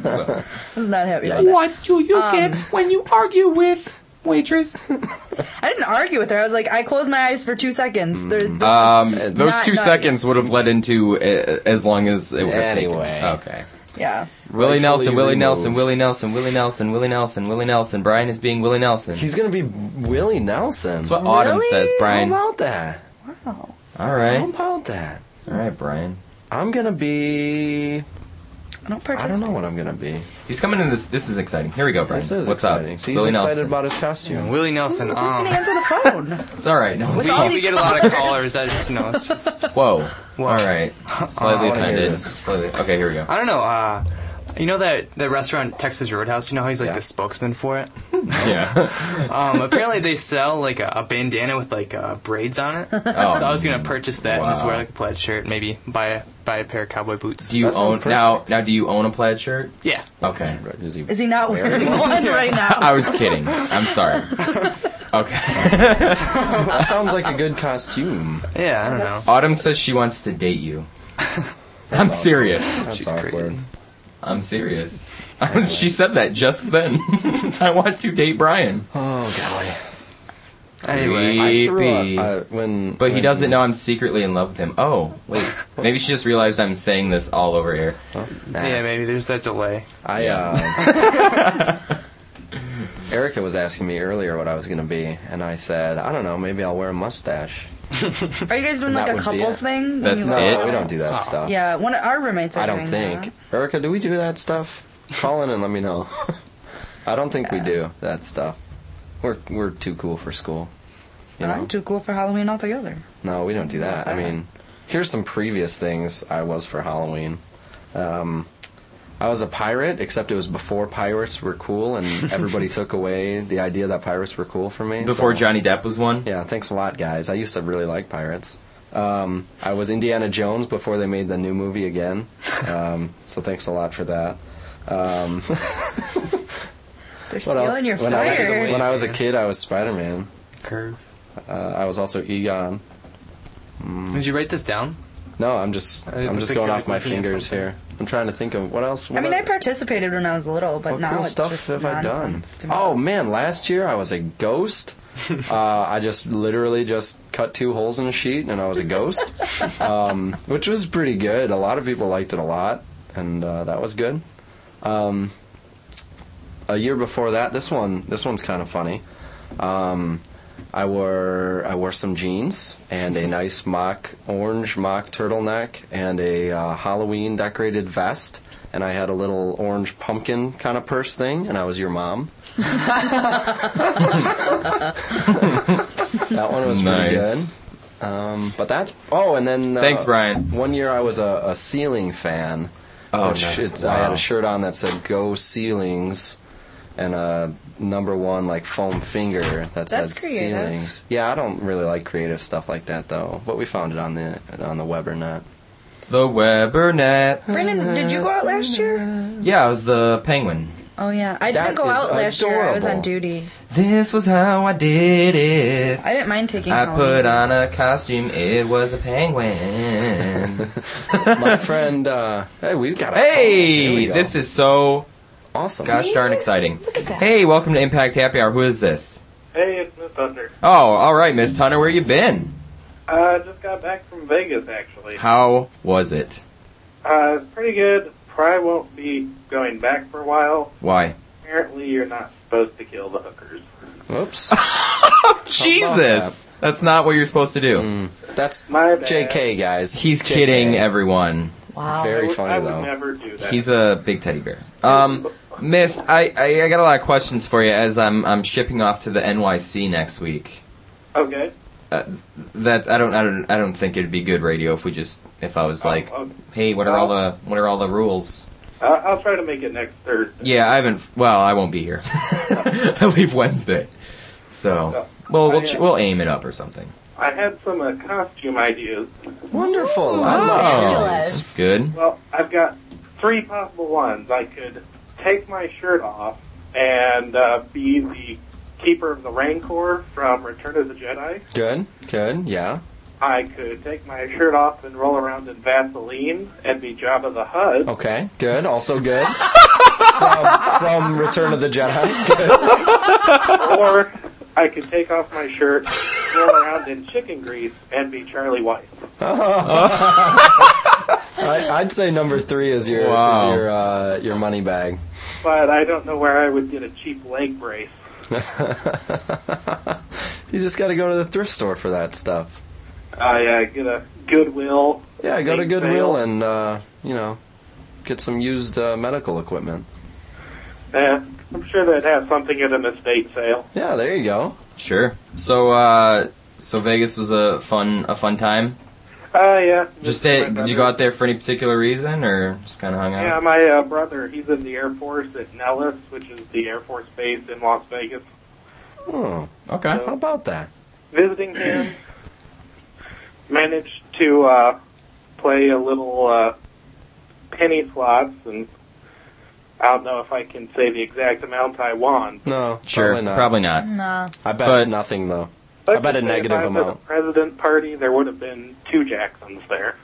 Speaker 4: so,
Speaker 1: I was not happy about that.
Speaker 2: What do you get when you argue with waitress?
Speaker 1: I didn't argue with her. I was like, I closed my eyes for two seconds. There's
Speaker 3: Mm,
Speaker 1: this
Speaker 4: um, those
Speaker 1: Not
Speaker 4: two
Speaker 1: nice.
Speaker 4: seconds would have led into uh, as long as it would have taken.
Speaker 3: Anyway.
Speaker 4: Okay.
Speaker 3: uh,
Speaker 1: yeah.
Speaker 4: Willie
Speaker 3: Rightfully
Speaker 4: Nelson, Willie Nelson,
Speaker 3: removed.
Speaker 4: Willie Nelson, Willie Nelson, Willie Nelson, Willie Nelson. Brian is being Willie Nelson.
Speaker 3: He's gonna be Willie Nelson.
Speaker 4: That's what Autumn says, Brian.
Speaker 3: How about that?
Speaker 4: All
Speaker 3: How
Speaker 4: right,
Speaker 3: about that?
Speaker 4: all right, Brian.
Speaker 3: I'm gonna be.
Speaker 1: I don't
Speaker 3: I
Speaker 1: participate.
Speaker 3: don't know what I'm gonna be.
Speaker 4: He's coming in. This this is exciting. Here we go, Brian.
Speaker 3: This is
Speaker 4: What's
Speaker 3: exciting.
Speaker 4: up,
Speaker 3: So he's
Speaker 4: Willie
Speaker 3: excited
Speaker 4: Nelson?
Speaker 3: about his costume.
Speaker 7: Willie Nelson. Um,
Speaker 5: Answer the phone.
Speaker 4: it's all right. No, it's
Speaker 7: we,
Speaker 4: all-
Speaker 7: we get a lot of callers. I just know. It's just,
Speaker 4: Whoa. All right. Slightly
Speaker 3: I wanna hear
Speaker 4: offended.
Speaker 3: this.
Speaker 4: Slightly. Okay, here we go.
Speaker 7: I don't know. Uh, you know that that restaurant Texas Roadhouse. You know how he's like
Speaker 3: Yeah.
Speaker 7: the spokesman for it.
Speaker 4: Yeah.
Speaker 7: Um, apparently they sell like a, a bandana with like uh, braids on it.
Speaker 4: Oh.
Speaker 7: so I was gonna purchase that and just
Speaker 4: Wow.
Speaker 7: wear like a plaid shirt. Maybe buy a buy a pair of cowboy boots.
Speaker 4: Do you
Speaker 3: That sounds
Speaker 4: own now? Now, do you own a plaid shirt?
Speaker 7: yeah.
Speaker 4: Okay.
Speaker 3: Is he
Speaker 1: Is he not wearing one right now?
Speaker 3: Uh,
Speaker 4: I was kidding. I'm sorry. Okay.
Speaker 3: That sounds like a good costume.
Speaker 7: Yeah. I don't know.
Speaker 4: Autumn says she wants to date you. I'm serious.
Speaker 3: That's
Speaker 7: She's
Speaker 3: awkward.
Speaker 7: crazy.
Speaker 4: I'm serious. she said that just then. I want to date Brian.
Speaker 3: Oh golly.
Speaker 7: Anyway.
Speaker 3: I threw
Speaker 4: Creepy.
Speaker 3: up, uh, when,
Speaker 4: But he
Speaker 3: when-
Speaker 4: doesn't know I'm secretly in love with him. Oh, wait. Maybe she just realized I'm saying this all over here.
Speaker 7: Yeah. Maybe there's that delay.
Speaker 3: I uh, Erica was asking me earlier what I was gonna be, and I said, I don't know, maybe I'll wear a mustache.
Speaker 1: Are you guys doing like
Speaker 3: That
Speaker 1: a
Speaker 3: would be
Speaker 1: couples
Speaker 3: it.
Speaker 1: thing? When
Speaker 4: That's
Speaker 1: you-
Speaker 3: No,
Speaker 4: It-
Speaker 3: we don't do that stuff.
Speaker 1: Yeah, one of our roommates are
Speaker 3: I don't
Speaker 1: doing
Speaker 3: think.
Speaker 1: that.
Speaker 3: Erica, do we do that stuff? Call in and let me know. I don't think we do that stuff. We're we're too cool for school. You know?
Speaker 5: I'm too cool for Halloween altogether.
Speaker 3: No, we don't do that. I mean, here's some previous things I was for Halloween. Um, I was a pirate, except it was before pirates were cool, and everybody took away the idea that pirates were cool from me.
Speaker 4: Before
Speaker 3: so-
Speaker 4: Johnny Depp was one?
Speaker 3: Yeah, thanks a lot, guys. I used to really like pirates. Um, I was Indiana Jones before they made the new movie again, um, so thanks a lot for that. Um,
Speaker 5: They're
Speaker 3: what
Speaker 5: stealing
Speaker 3: else?
Speaker 5: your
Speaker 3: when, I was a,
Speaker 5: fire.
Speaker 3: when I was a kid, I was Spider Man.
Speaker 7: Curve.
Speaker 3: Uh, I was also Egon.
Speaker 7: Did you write this down?
Speaker 3: No, I'm just
Speaker 7: I
Speaker 3: I'm just
Speaker 7: think
Speaker 3: going
Speaker 7: you're
Speaker 3: off my
Speaker 7: looking at
Speaker 3: fingers
Speaker 7: something.
Speaker 3: here. I'm trying to think of what else.
Speaker 5: I
Speaker 3: What
Speaker 5: mean, I
Speaker 3: other-
Speaker 5: participated when I was little, but
Speaker 3: what
Speaker 5: now
Speaker 3: cool
Speaker 5: it's
Speaker 3: stuff
Speaker 5: just
Speaker 3: have I done?
Speaker 5: nonsense to me.
Speaker 3: Oh man, last year I was a ghost. uh, I just literally just cut two holes in a sheet and I was a ghost, um, which was pretty good. A lot of people liked it a lot, and uh, that was good. Um, a year before that, this one this one's kind of funny. Um, I wore I wore some jeans and a nice mock orange mock turtleneck and a uh, Halloween decorated vest and I had a little orange pumpkin kind of purse thing and I was your mom. that one was pretty
Speaker 4: Nice.
Speaker 3: good. Um, but that's oh, and then uh,
Speaker 4: Thanks, Brian.
Speaker 3: One year I was a, a ceiling fan.
Speaker 4: Oh,
Speaker 3: which
Speaker 4: no.
Speaker 3: it's- I had
Speaker 4: Wow.
Speaker 3: a shirt on that said "Go Ceilings," and a number one like foam finger that says
Speaker 5: That's creative.
Speaker 3: ceilings. Yeah, I don't really like creative stuff like that though. But we found it on the on the web or not.
Speaker 4: The Webernet.
Speaker 5: Brandon, did you go out last year?
Speaker 4: Yeah, I was the penguin.
Speaker 5: Oh,
Speaker 6: Oh yeah, I
Speaker 3: That
Speaker 6: didn't go
Speaker 3: is
Speaker 6: out last year. I was on
Speaker 3: adorable.
Speaker 6: duty.
Speaker 4: This was how I did it.
Speaker 6: I didn't mind taking.
Speaker 4: I
Speaker 6: Halloween.
Speaker 4: put uh, on a costume. It was a penguin.
Speaker 3: My friend, uh, hey, we've
Speaker 6: Oh,
Speaker 3: got. A Here we
Speaker 4: hey,
Speaker 3: go.
Speaker 4: this is so
Speaker 3: awesome.
Speaker 4: gosh darn exciting. Hey, welcome to Impact Happy Hour. Who is this?
Speaker 8: Hey, it's Miss Thunder.
Speaker 4: Oh, all right, Miss Hunter, where you been?
Speaker 8: I just got back from Vegas, actually.
Speaker 4: How was it?
Speaker 8: Uh, it's pretty good. Probably won't be going back for a while.
Speaker 4: Why?
Speaker 8: Apparently, you're not supposed to kill the hookers.
Speaker 3: Oops,
Speaker 4: Jesus, that's not what you're supposed to do.
Speaker 3: that's
Speaker 8: My bad.
Speaker 3: J.K. guys.
Speaker 4: He's
Speaker 3: JK.
Speaker 4: kidding everyone.
Speaker 6: Wow.
Speaker 8: I
Speaker 3: Very
Speaker 8: would, I
Speaker 3: funny
Speaker 8: would
Speaker 3: though.
Speaker 8: never do that.
Speaker 4: He's a big teddy bear. Um, Miss, I, I I got a lot of questions for you as I'm I'm shipping off to the NYC next week.
Speaker 8: okay.
Speaker 4: That I don't I don't I don't think it'd be good radio if we just if I
Speaker 8: Oh,
Speaker 4: was like,
Speaker 8: I'll,
Speaker 4: hey, what are all the what are all the rules?
Speaker 8: I'll, I'll try to make it next Thursday.
Speaker 4: Yeah, I haven't. Well, I won't be here. I leave Wednesday, so well we'll ch- we'll aim it up or something.
Speaker 8: I had some uh, costume ideas.
Speaker 3: Wonderful. I love
Speaker 6: Fabulous.
Speaker 4: Oh, that's good.
Speaker 8: Well, I've got three possible ones. I could take my shirt off and uh, be the keeper of the Rancor from Return of the Jedi.
Speaker 3: Good. Good. Yeah.
Speaker 8: I could take my shirt off and roll around in Vaseline and be Jabba the Hutt.
Speaker 3: Okay. Good. Also good. from, from Return of the Jedi. Good.
Speaker 8: Or I could take off my shirt, roll around in chicken grease, and be Charlie White.
Speaker 3: I, I'd say number three is your
Speaker 4: Wow.
Speaker 3: is your uh, your money bag.
Speaker 8: But I don't know where I would get a cheap leg brace.
Speaker 3: You just got to go to the thrift store for that stuff.
Speaker 8: I uh, get a Goodwill.
Speaker 3: Yeah, go to
Speaker 8: big
Speaker 3: Goodwill
Speaker 8: sale.
Speaker 3: and uh, you know get some used uh, medical equipment.
Speaker 8: Eh, I'm sure they'd have something at an estate sale.
Speaker 3: Yeah, there you go.
Speaker 4: Sure. So uh, so Vegas was a fun a fun time.
Speaker 8: Uh, yeah.
Speaker 4: Just
Speaker 8: my
Speaker 4: that, did
Speaker 8: brother.
Speaker 4: you go out there for any particular reason, or just kind of hung out?
Speaker 8: Yeah, my uh, brother, he's in the Air Force at Nellis, which is the Air Force base in Las Vegas.
Speaker 3: Oh,
Speaker 4: Okay.
Speaker 3: how about that?
Speaker 8: visiting him, managed to uh, play a little uh, penny slots, and I don't know if I can say the exact amount I won.
Speaker 3: No,
Speaker 4: Sure.
Speaker 3: probably not.
Speaker 6: Nah.
Speaker 3: I bet
Speaker 4: But-
Speaker 3: nothing though.
Speaker 8: Let's
Speaker 3: I bet a
Speaker 8: just say
Speaker 3: negative
Speaker 8: if I was at
Speaker 3: amount.
Speaker 8: The president party, there would have been two Jacksons there.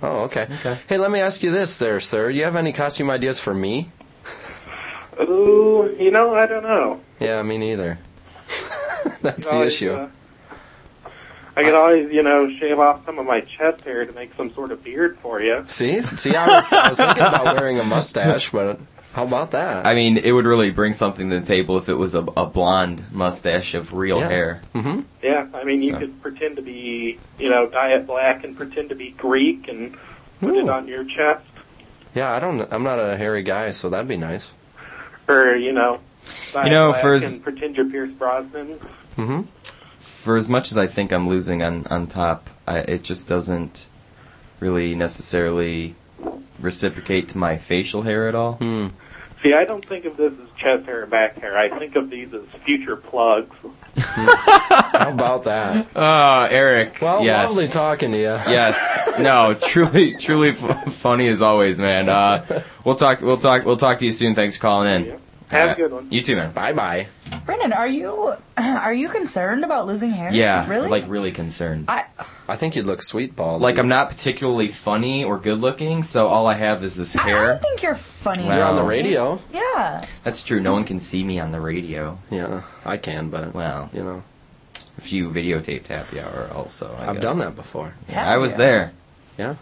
Speaker 3: Oh, okay. okay. Hey, let me ask you this, there, sir. You have any costume ideas for me?
Speaker 8: Ooh, you know, I don't know.
Speaker 3: Yeah, me neither. That's the
Speaker 8: Always,
Speaker 3: issue.
Speaker 8: uh, I could always, you know, shave off some of my chest hair to make some sort of beard for you.
Speaker 3: See, see, I was, I was thinking about wearing a mustache, but how about that?
Speaker 4: I mean, it would really bring something to the table if it was a, a blonde mustache of real
Speaker 3: Yeah.
Speaker 4: hair.
Speaker 3: mm-hmm.
Speaker 8: Yeah, I mean, you
Speaker 4: So-
Speaker 8: could pretend to be, you know, dye it black and pretend to be Greek and put it
Speaker 3: Ooh.
Speaker 8: on your chest,
Speaker 3: Yeah, I don't. I'm not a hairy guy, so that'd be nice.
Speaker 8: or you know, dye
Speaker 4: You know,
Speaker 8: it black
Speaker 4: for as-
Speaker 8: and pretend you're Pierce Brosnan.
Speaker 3: Mm-hmm.
Speaker 4: For as much as I think I'm losing on on top, I, it just doesn't really necessarily reciprocate to my facial hair at all.
Speaker 8: See, I don't think of this as chest hair or back hair. I think of these as future plugs.
Speaker 3: How about that?
Speaker 4: Ah, Eric.
Speaker 3: Well,
Speaker 4: yes.
Speaker 3: lovely talking to you.
Speaker 4: Yes. No. Truly, truly f- funny as always, man. Uh, we'll talk. We'll talk. We'll talk to you soon. Thanks for calling in.
Speaker 8: Have
Speaker 4: Uh,
Speaker 8: a good one.
Speaker 4: You too, man.
Speaker 3: Bye bye.
Speaker 6: Brendan, are you are you concerned about losing hair?
Speaker 4: Yeah.
Speaker 6: Really?
Speaker 4: Like really concerned.
Speaker 6: I
Speaker 3: I think you'd look sweet bald.
Speaker 4: like I'm not particularly funny or good looking, so all I have is this
Speaker 6: I
Speaker 4: hair.
Speaker 6: don't think you're funny.
Speaker 4: Wow.
Speaker 3: You're on the
Speaker 4: Oh.
Speaker 3: radio.
Speaker 6: Yeah.
Speaker 4: That's true. No one can see me on the radio.
Speaker 3: Yeah, I can, but
Speaker 4: Well,
Speaker 3: you know,
Speaker 4: a few videotaped happy hour also. I
Speaker 3: I've
Speaker 4: guess.
Speaker 3: done that before.
Speaker 4: Yeah, I was
Speaker 6: Happy hour.
Speaker 4: there. Mm-hmm.
Speaker 3: Yeah.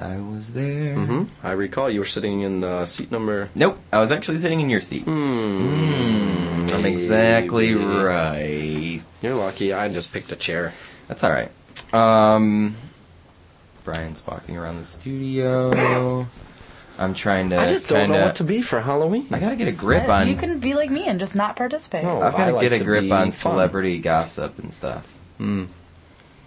Speaker 4: I was there.
Speaker 3: hmm I recall you were sitting in uh, seat number.
Speaker 4: Nope, I was actually sitting in your seat.
Speaker 3: Mm,
Speaker 4: I'm exactly
Speaker 3: maybe.
Speaker 4: right.
Speaker 3: You're lucky. I just picked a chair.
Speaker 4: That's all right. Um, Brian's walking around the studio. I'm trying to.
Speaker 3: I just don't
Speaker 4: kinda-
Speaker 3: know what to be for Halloween.
Speaker 4: I gotta get a grip
Speaker 6: Yeah,
Speaker 4: on.
Speaker 6: You can be like me and just not participate.
Speaker 3: No.
Speaker 4: I've got
Speaker 3: I
Speaker 4: to
Speaker 3: like
Speaker 4: get a
Speaker 3: to
Speaker 4: grip
Speaker 3: be
Speaker 4: on
Speaker 3: fun. Hmm.
Speaker 4: celebrity gossip and stuff.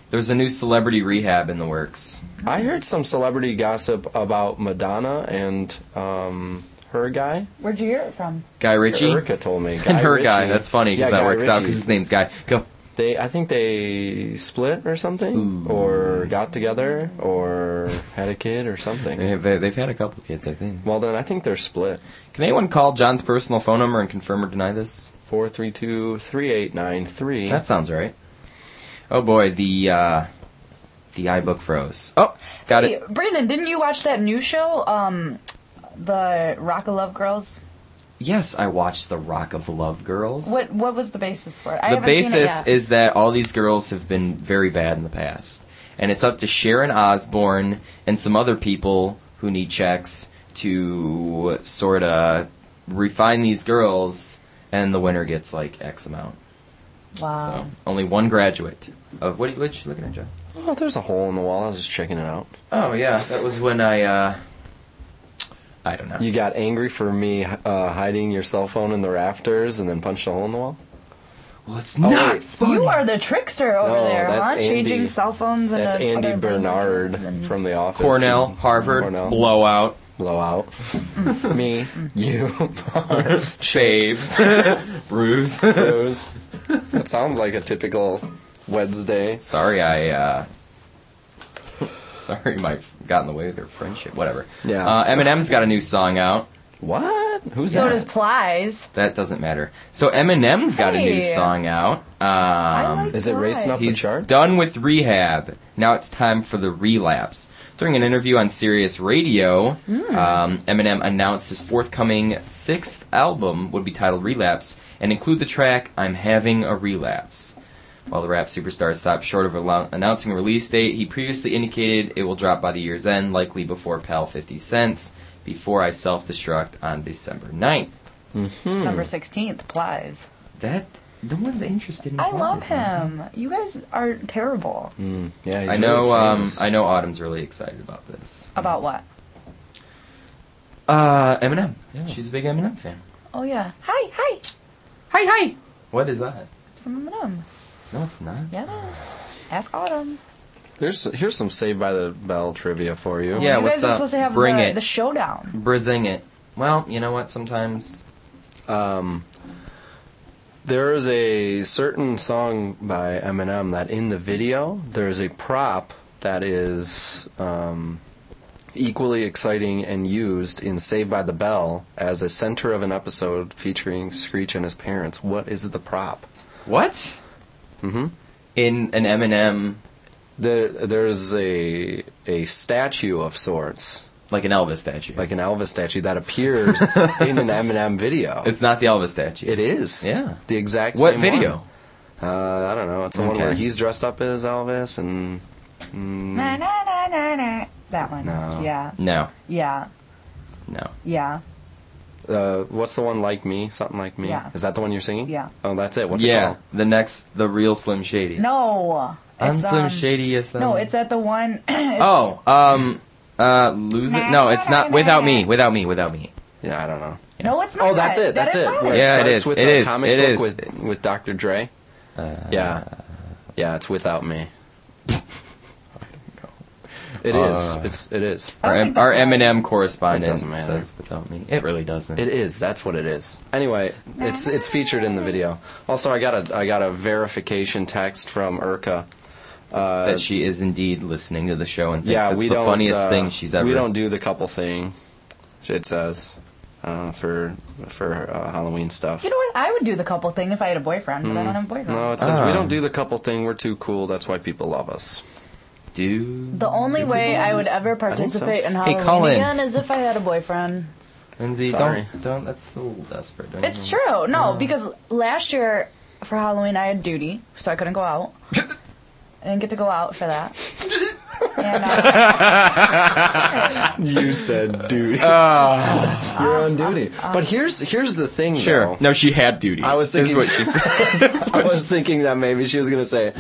Speaker 4: There's a new celebrity rehab in the works.
Speaker 3: I heard some celebrity gossip about Madonna and um, her guy.
Speaker 6: Where'd you hear it from?
Speaker 4: Guy Ritchie
Speaker 3: Erica told me. Guy
Speaker 4: and her
Speaker 3: Ritchie.
Speaker 4: guy. That's funny because
Speaker 3: Yeah,
Speaker 4: that
Speaker 3: Guy
Speaker 4: works out
Speaker 3: Ritchie.
Speaker 4: because his name's Guy. Go.
Speaker 3: They, I think they split or something, or got together, or had a kid or something.
Speaker 4: They've, they've had a couple kids, I think.
Speaker 3: Well, then I think they're split.
Speaker 4: Can anyone call John's personal phone number and confirm or deny this?
Speaker 3: Four three two three eight nine three.
Speaker 4: That sounds right. Oh boy, the uh, the iBook froze. Oh, got
Speaker 5: Hey,
Speaker 4: it.
Speaker 5: Brandon, didn't you watch that new show? Um, the Rock of Love Girls.
Speaker 4: Yes, I watched The Rock of Love Girls.
Speaker 5: What What was the basis for it? I
Speaker 4: the
Speaker 5: haven't seen it
Speaker 4: basis
Speaker 5: yet.
Speaker 4: is that all these girls have been very bad in the past, and it's up to Sharon Osbourne and some other people who need checks to sort of refine these girls, and the winner gets like X amount.
Speaker 5: wow.
Speaker 4: So only one graduate of what? What you looking at, John?
Speaker 3: Oh, there's a hole in the wall. I was just checking it out.
Speaker 4: Oh yeah, that was when I. uh I don't know.
Speaker 3: You got angry for me uh, hiding your cell phone in the rafters and then punched a hole in the wall. Oh,
Speaker 4: Well, it's
Speaker 3: not
Speaker 5: You are the trickster over
Speaker 3: No,
Speaker 5: there,
Speaker 3: that's
Speaker 5: huh?
Speaker 3: Andy.
Speaker 5: Changing cell phones and
Speaker 3: That's
Speaker 5: uh,
Speaker 3: Andy
Speaker 5: other
Speaker 3: Bernard
Speaker 5: languages and-
Speaker 3: from The Office.
Speaker 4: Cornell, Harvard,
Speaker 3: Cornell.
Speaker 4: blowout,
Speaker 3: Blowout. Me,
Speaker 5: Mm-hmm.
Speaker 3: you, Mark,
Speaker 4: shaves, bruise.
Speaker 3: Rose. That sounds like a typical Wednesday.
Speaker 4: Sorry, I. uh Sorry, my got in the way of their friendship. Whatever.
Speaker 3: Yeah.
Speaker 4: Uh, Eminem's got a new song out.
Speaker 3: What? Who's
Speaker 5: So
Speaker 3: that?
Speaker 5: does Plies.
Speaker 4: That doesn't matter. So Eminem's got a new
Speaker 5: Hey.
Speaker 4: song out. Um,
Speaker 5: like
Speaker 3: Is it racing up the
Speaker 4: he's
Speaker 3: chart?
Speaker 4: done with rehab. Now it's time for the relapse. During an interview on Sirius Radio,
Speaker 5: Hmm.
Speaker 4: um, Eminem announced his forthcoming sixth album would be titled Relapse and include the track I'm Having a Relapse. While the rap superstar stopped short of allo- announcing a release date, he previously indicated it will drop by the year's end, likely before PAL 50 Cents, before I self destruct on December 9th.
Speaker 3: Hmm.
Speaker 5: December 16th, Plies.
Speaker 4: That. No one's interested in
Speaker 5: I
Speaker 4: Plies,
Speaker 5: love
Speaker 4: is there?
Speaker 5: him. You guys are terrible.
Speaker 3: Hmm. Yeah, he's
Speaker 4: I know.
Speaker 3: really
Speaker 4: Um,
Speaker 3: famous.
Speaker 4: I know. Autumn's really excited about this.
Speaker 5: About what?
Speaker 4: Uh, Eminem. She's a big Eminem fan.
Speaker 5: Oh, yeah. Hi, hi.
Speaker 4: Hi, hi. What is that?
Speaker 5: It's from Eminem.
Speaker 4: No, it's not.
Speaker 5: Yeah. Ask Autumn.
Speaker 3: Here's here's some Saved by the Bell trivia for you.
Speaker 4: Yeah,
Speaker 5: you
Speaker 4: what's
Speaker 5: guys are
Speaker 4: up?
Speaker 5: supposed to have
Speaker 4: Bring
Speaker 5: the,
Speaker 4: it.
Speaker 5: the showdown.
Speaker 4: Brizing it. Well, you know what? Sometimes.
Speaker 3: Um, there is a certain song by Eminem that in the video there is a prop that is um, equally exciting and used in Saved by the Bell as a center of an episode featuring Screech and his parents. What is the prop?
Speaker 4: What? Mm-hmm. In an Eminem,
Speaker 3: There there's a a statue of sorts,
Speaker 4: like an Elvis statue.
Speaker 3: like an Elvis statue that appears in an Eminem video.
Speaker 4: it's not the Elvis statue.
Speaker 3: it is.
Speaker 4: Yeah.
Speaker 3: The exact
Speaker 4: What
Speaker 3: same
Speaker 4: video?
Speaker 3: one. Uh, I don't know. It's the one
Speaker 4: Okay.
Speaker 3: where he's dressed up as Elvis and
Speaker 5: Na, na, na, na, na. That one.
Speaker 3: Hmm. No.
Speaker 5: Yeah.
Speaker 4: No.
Speaker 5: Yeah.
Speaker 4: No.
Speaker 5: Yeah.
Speaker 3: uh, what's the one like me? Something like me.
Speaker 5: Yeah.
Speaker 3: Is that the one you're singing?
Speaker 5: Yeah.
Speaker 3: Oh, that's it. What's it
Speaker 4: yeah.
Speaker 3: called?
Speaker 4: The next, the real Slim Shady.
Speaker 5: No.
Speaker 4: I'm
Speaker 5: It's,
Speaker 4: Slim
Speaker 5: um,
Speaker 4: Shady. Yes.
Speaker 5: No,
Speaker 4: I'm-
Speaker 5: it's at the one.
Speaker 4: Oh. Um. Uh. Lose it. No, it's not. Without me. Without me. Without me.
Speaker 3: Yeah, I don't know.
Speaker 5: no, it's not.
Speaker 3: Oh, that's
Speaker 5: that.
Speaker 3: it. That's
Speaker 5: that is
Speaker 3: it.
Speaker 5: not
Speaker 3: Where
Speaker 4: Yeah, it
Speaker 3: it starts
Speaker 4: is.
Speaker 3: with
Speaker 4: It
Speaker 3: a
Speaker 4: is.
Speaker 3: comic
Speaker 4: It
Speaker 3: book
Speaker 4: is. Uh,
Speaker 3: with with Dr. Dre. yeah. Yeah, it's without me. It is.
Speaker 4: Uh,
Speaker 3: It's it is.
Speaker 4: Our,
Speaker 5: don't
Speaker 4: M-
Speaker 5: think that's
Speaker 4: our
Speaker 5: right.
Speaker 4: Eminem correspondent
Speaker 3: It doesn't matter.
Speaker 4: says without me. It really doesn't.
Speaker 3: It is. That's what it is. Anyway, it's it's featured in the video. Also, I got a I got a verification text from Urca.
Speaker 4: that she is indeed listening to the show and thinks
Speaker 3: Yeah,
Speaker 4: it's
Speaker 3: we
Speaker 4: the
Speaker 3: don't.
Speaker 4: funniest
Speaker 3: uh,
Speaker 4: thing she's ever.
Speaker 3: We don't do the couple thing. It says uh, for for uh, Halloween stuff.
Speaker 5: You know what? I would do the couple thing if I had a boyfriend, but I don't have a boyfriend.
Speaker 3: Hmm. No, it says
Speaker 4: Ah.
Speaker 3: we don't do the couple thing. We're too cool. That's why people love us.
Speaker 4: do.
Speaker 5: the only way I would ever
Speaker 3: think so.
Speaker 5: participate in
Speaker 4: Hey,
Speaker 5: Halloween
Speaker 4: call in.
Speaker 5: again is if I had a boyfriend.
Speaker 4: Lindsay,
Speaker 3: Sorry.
Speaker 4: don't don't. That's a little desperate. Don't
Speaker 5: It's
Speaker 4: you?
Speaker 3: Mm-hmm.
Speaker 5: true. No, because last year for Halloween I had duty, so I couldn't go out. I didn't get to go out for that. And, uh,
Speaker 3: You said duty. You're on duty. but here's here's the thing.
Speaker 4: Ah. Sure. No,
Speaker 3: Though.
Speaker 4: she had duty.
Speaker 3: I was
Speaker 4: Is
Speaker 3: thinking-
Speaker 4: what she said.
Speaker 3: I was thinking that maybe she was gonna say,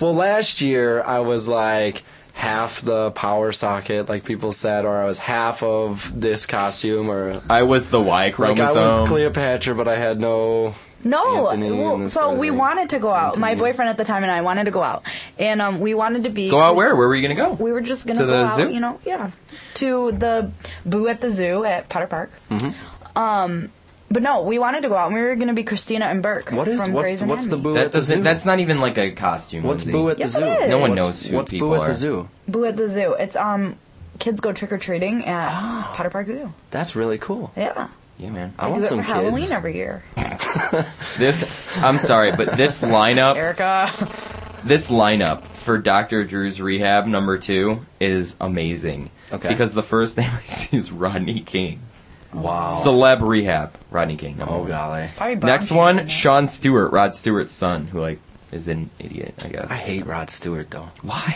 Speaker 3: "Well, last year I was like." Half the power socket, like people said, or I was half of this costume, or
Speaker 4: I um, was the Y
Speaker 3: like
Speaker 4: chromosome.
Speaker 3: I was Cleopatra, but I had no
Speaker 5: no,
Speaker 3: Anthony and
Speaker 5: well,
Speaker 3: this
Speaker 5: so
Speaker 3: other
Speaker 5: we
Speaker 3: thing.
Speaker 5: wanted to go out. My boyfriend at the time and I wanted to go out, and um, we wanted to be
Speaker 4: go out where? Where were you gonna go?
Speaker 5: We were just gonna
Speaker 4: To
Speaker 5: go
Speaker 4: the
Speaker 5: out,
Speaker 4: zoo?
Speaker 5: you
Speaker 3: Mm-hmm.
Speaker 5: know, yeah, to the Boo at the Zoo at Potter Park. Um,
Speaker 6: But no, we wanted to go out, and we were going to be Christina and Burke.
Speaker 3: What is
Speaker 6: from
Speaker 3: what's
Speaker 6: Grey's
Speaker 3: what's the
Speaker 6: Anatomy.
Speaker 3: boo
Speaker 4: That
Speaker 3: at the zoo?
Speaker 4: doesn't. That's not even like a costume.
Speaker 3: what's
Speaker 4: Lindsay.
Speaker 3: boo at the
Speaker 6: Yes,
Speaker 3: zoo?
Speaker 6: it is. No one
Speaker 3: What's-
Speaker 4: knows who
Speaker 3: what's boo
Speaker 4: people
Speaker 3: at the
Speaker 4: are.
Speaker 3: zoo.
Speaker 6: Boo at the zoo. It's um, kids go trick or treating at Potter Park Zoo.
Speaker 3: That's really cool.
Speaker 6: Yeah,
Speaker 4: Yeah, man.
Speaker 3: I
Speaker 6: I do
Speaker 3: want
Speaker 6: it
Speaker 3: some
Speaker 6: for Halloween
Speaker 3: kids.
Speaker 6: every year.
Speaker 4: This. I'm sorry, but this lineup.
Speaker 6: Erica,
Speaker 4: This lineup for Dr. Drew's Rehab number two is amazing.
Speaker 3: Okay.
Speaker 4: Because the first name I see is Rodney King.
Speaker 3: Wow.
Speaker 4: Celeb Rehab. Rodney King. number
Speaker 3: oh
Speaker 4: one.
Speaker 3: golly,
Speaker 6: Probably Bond
Speaker 4: Next
Speaker 6: should be
Speaker 4: one,
Speaker 6: in there.
Speaker 4: Sean Stewart, Rod Stewart's son, who like is an idiot, I guess.
Speaker 3: I hate Rod Stewart though.
Speaker 4: Why?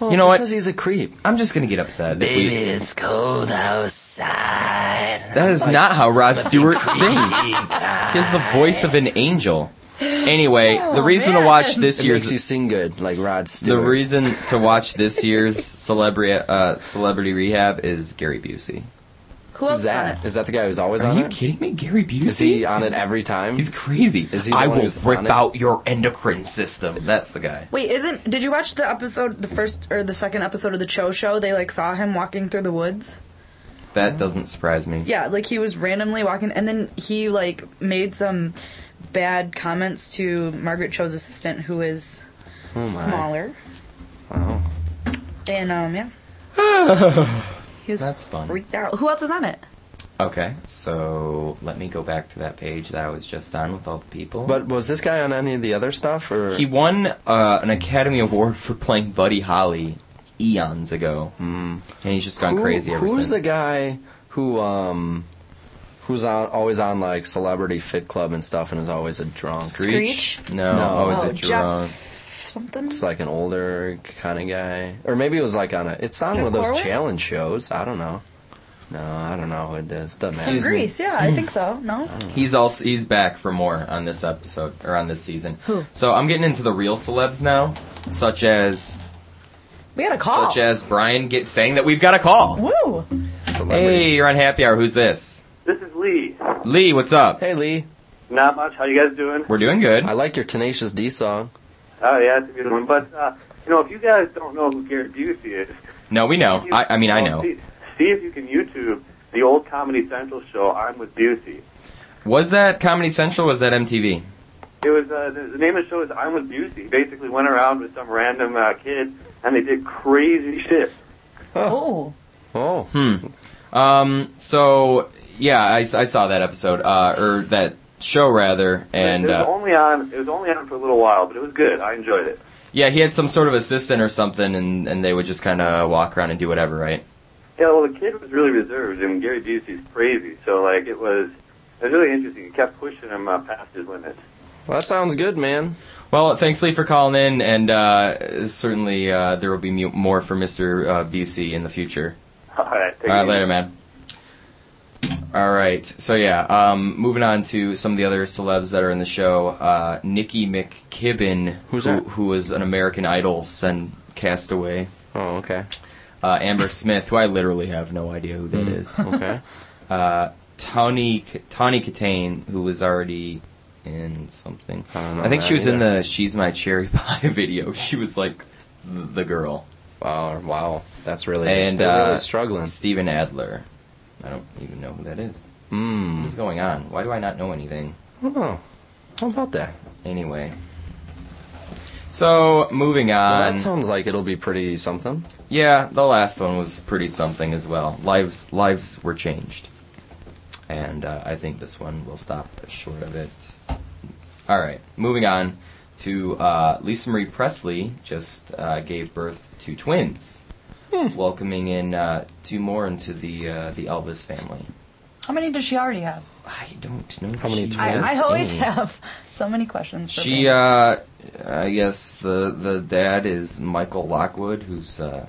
Speaker 4: you know what?
Speaker 3: Because he's a creep.
Speaker 4: I'm just gonna get upset. if we-
Speaker 3: it's cold outside.
Speaker 4: that is not how Rod Stewart sings. He has the voice of an angel. Anyway, the reason to watch this
Speaker 3: It
Speaker 4: year's
Speaker 3: makes you sing good, like Rod
Speaker 4: the
Speaker 3: Stewart.
Speaker 4: reason to watch this year's celebrity uh, celebrity rehab is Gary Busey.
Speaker 6: Who
Speaker 3: Who's
Speaker 6: else on it?
Speaker 3: that? Is that the guy who's always
Speaker 4: Are
Speaker 3: on
Speaker 4: you
Speaker 3: it?
Speaker 4: kidding me? Gary Busey
Speaker 3: Is he on
Speaker 4: He's-
Speaker 3: it every time?
Speaker 4: He's crazy.
Speaker 3: Is he the
Speaker 4: I
Speaker 3: one
Speaker 4: will
Speaker 3: who's on
Speaker 4: rip
Speaker 3: it?
Speaker 4: out your endocrine system. That's the guy.
Speaker 1: Wait, isn't did you watch the episode, the first or the second episode of the Cho Show? They like saw him walking through the woods.
Speaker 4: That doesn't surprise me.
Speaker 1: Yeah, like he was randomly walking, and then he like made some bad comments to Margaret Cho's assistant, who is
Speaker 4: Oh,
Speaker 1: smaller. Wow. And um, yeah. he was
Speaker 4: That's fun.
Speaker 1: freaked out. Who else is on it?
Speaker 4: Okay, so let me go back to that page that I was just on with all the people.
Speaker 3: But was this guy on any of the other stuff? Or
Speaker 4: he won uh, an Academy Award for playing Buddy Holly eons ago, mm. and he's just gone
Speaker 3: Hmm. Who-
Speaker 4: crazy ever
Speaker 3: Who's
Speaker 4: since.
Speaker 3: the guy who um who's on always on like Celebrity Fit Club and stuff, and is always a drunk?
Speaker 4: Screech?
Speaker 6: Screech?
Speaker 4: No,
Speaker 3: No.
Speaker 4: always
Speaker 6: Oh,
Speaker 4: a
Speaker 6: Jeff
Speaker 4: drunk.
Speaker 6: something.
Speaker 3: It's like an older kind of guy, or maybe it was like on a. It's on
Speaker 6: Jeff
Speaker 3: one of those
Speaker 6: Horowitz?
Speaker 3: challenge shows. I don't know. No, I don't know who it is. Doesn't
Speaker 6: From
Speaker 3: matter.
Speaker 6: Greece, yeah, I think so. No,
Speaker 4: He's also he's back for more on this episode or on this season. So I'm getting into the real celebs now, such as
Speaker 6: we had a call.
Speaker 4: such as Brian get saying that we've got a call.
Speaker 6: Woo!
Speaker 3: Celebrity.
Speaker 4: Hey, you're on Happy Hour. Who's this?
Speaker 8: This is Lee.
Speaker 4: Lee, what's up?
Speaker 3: Hey Lee,
Speaker 8: Not much. How you guys doing?
Speaker 4: We're doing good.
Speaker 3: I like your Tenacious D song.
Speaker 8: Oh yeah, that's a good one. But uh, you know, if you guys don't know who Gary Busey is,
Speaker 4: No, we know.
Speaker 8: you-
Speaker 4: I, I mean, I know.
Speaker 8: See, see if you can YouTube the old Comedy Central show. I'm with Busey.
Speaker 4: Was that Comedy Central? or Was that MTV?
Speaker 8: It was uh, the, the name of the show is I'm with Busey. Basically, went around with some random uh, kid, and they did crazy shit.
Speaker 6: Oh,
Speaker 3: Oh,
Speaker 4: Um. So yeah, I, s- I saw that episode, uh, or that show rather, and
Speaker 8: it was
Speaker 4: uh,
Speaker 8: only on. It was only on for a little while, but it was good. I enjoyed it.
Speaker 4: yeah, he had some sort of assistant or something, and and they would just kind of walk around and do whatever, right?
Speaker 8: Yeah, well, the kid was really reserved, and Gary Busey's crazy. So like, it was. It was really interesting. He kept pushing him uh, past his limits.
Speaker 3: well, that sounds good, man.
Speaker 4: Well, thanks Lee for calling in, and uh, certainly uh, there will be mu- more for Mister uh, Busey in the future.
Speaker 8: All right, take
Speaker 4: All right,
Speaker 8: it easy.
Speaker 4: later, man. All right, so yeah, um, moving on to some of the other celebs that are in the show. Uh, Nikki McKibben,
Speaker 3: Who's
Speaker 4: who,
Speaker 3: that?
Speaker 4: who was an American Idol send castaway.
Speaker 3: Oh, okay,
Speaker 4: uh, Amber Smith, who I literally have no idea who
Speaker 3: Hmm.
Speaker 4: that is.
Speaker 3: okay.
Speaker 4: Tawny Tawny Katane, who was already in something.
Speaker 3: I don't know
Speaker 4: think
Speaker 3: that
Speaker 4: she was in
Speaker 3: either.
Speaker 4: the "She's My Cherry Pie" video. She was like th- the girl,
Speaker 3: wow, wow, that's really
Speaker 4: and
Speaker 3: they're
Speaker 4: uh,
Speaker 3: really struggling.
Speaker 4: Steven Adler. I don't even know who that is.
Speaker 3: Mm.
Speaker 4: What's going on? Why do I not know anything?
Speaker 3: Oh, how about that?
Speaker 4: Anyway. So moving on.
Speaker 3: Well, that sounds like it'll be pretty something.
Speaker 4: Yeah, the last one was pretty something as well. Lives lives were changed, and uh, I think this one will stop short of it. All right, moving on to uh, Lisa Marie Presley just uh, gave birth to twins,
Speaker 3: Hmm.
Speaker 4: welcoming in uh, two more into the uh, the Elvis family.
Speaker 6: how many does she already have?
Speaker 4: I don't know
Speaker 3: How many
Speaker 4: she
Speaker 3: I
Speaker 6: I,
Speaker 3: twins?
Speaker 6: I
Speaker 4: has
Speaker 6: always
Speaker 4: any.
Speaker 6: have so many questions. For
Speaker 4: She,
Speaker 6: me.
Speaker 4: uh, I guess the the dad is Michael Lockwood, who's a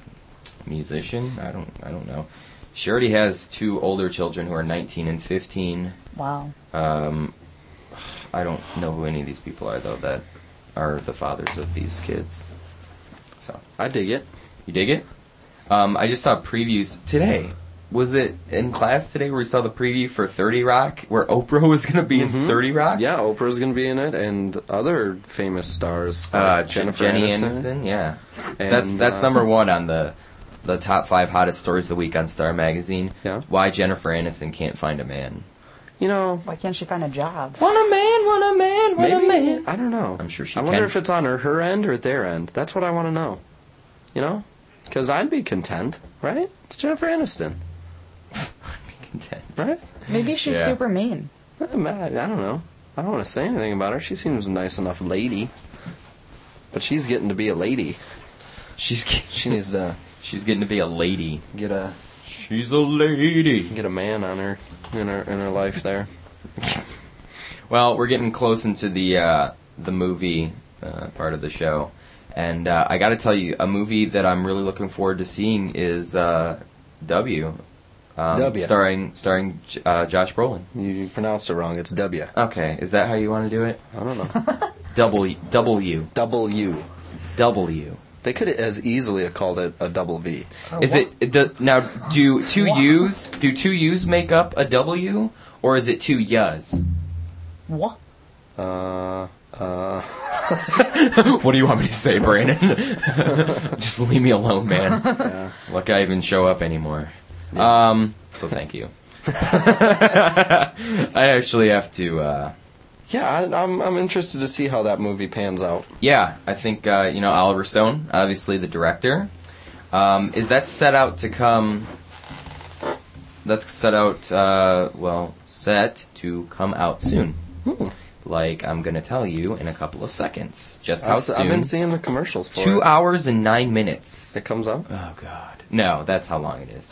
Speaker 4: musician. I don't, I don't know. She already has two older children who are 19 and 15.
Speaker 6: wow.
Speaker 4: Um, I don't know who any of these people are though that are the fathers of these kids. So
Speaker 3: I dig it.
Speaker 4: you dig it? Um, I just saw previews today. Was it in class today where we saw the preview for 30 Rock, where Oprah was going to be in 30 Rock?
Speaker 3: Yeah, Oprah's gonna be in it, and other famous stars.
Speaker 4: Uh,
Speaker 3: like Oh, Jennifer
Speaker 4: Jenny
Speaker 3: Aniston.
Speaker 4: Anderson, yeah.
Speaker 3: And,
Speaker 4: that's that's
Speaker 3: uh,
Speaker 4: number one on the the top five hottest stories of the week on Star Magazine.
Speaker 3: Yeah.
Speaker 4: Why Jennifer Aniston can't find a man.
Speaker 3: you know,
Speaker 6: Why can't she find a job?
Speaker 4: Want a man, want a man, want
Speaker 3: maybe
Speaker 4: a man.
Speaker 3: I don't know.
Speaker 4: I'm sure she
Speaker 3: I wonder
Speaker 4: can.
Speaker 3: if it's on her, her end or their end. That's what I want to know. You know, because I'd be content, right? It's Jennifer Aniston,
Speaker 4: Be content.
Speaker 3: right?
Speaker 6: Maybe she's
Speaker 4: Yeah.
Speaker 6: super mean.
Speaker 3: I, I don't know. I don't want to say anything about her. She seems a nice enough lady, but she's getting to be a lady.
Speaker 4: She's ge-
Speaker 3: She needs to
Speaker 4: she's getting to be a lady.
Speaker 3: get a
Speaker 4: She's a lady.
Speaker 3: get a man on her in her in her life there.
Speaker 4: Well, we're getting close into the uh, the movie uh, part of the show, and uh, I got to tell you, a movie that I'm really looking forward to seeing is uh, W, um,
Speaker 3: W.
Speaker 4: starring starring J- uh, Josh Brolin.
Speaker 3: You pronounced it wrong. It's W.
Speaker 4: Okay, is that how you want to do it?
Speaker 3: I don't know.
Speaker 4: W W
Speaker 3: W.
Speaker 4: W.
Speaker 3: They could as easily have called it a double V.
Speaker 4: Is it it do, now? Do two U's do two U's make up a W, or is it two Y's?
Speaker 6: What?
Speaker 3: Uh, uh,
Speaker 4: What do you want me to say, Brandon? Just leave me alone, man. Lucky I even show up anymore. Um, so thank you. I actually have to. Uh,
Speaker 3: yeah, I, I'm I'm interested to see how that movie pans out.
Speaker 4: yeah, I think uh, you know Oliver Stone, obviously the director. Um, is that set out to come? That's set out. Uh, well, set to come out soon. Like I'm gonna tell you in a couple of seconds. Just how
Speaker 3: I've, s-
Speaker 4: soon?
Speaker 3: I've been seeing the commercials for
Speaker 4: Two
Speaker 3: it.
Speaker 4: hours and nine minutes.
Speaker 3: It comes out.
Speaker 4: Oh God. No, that's how long it is.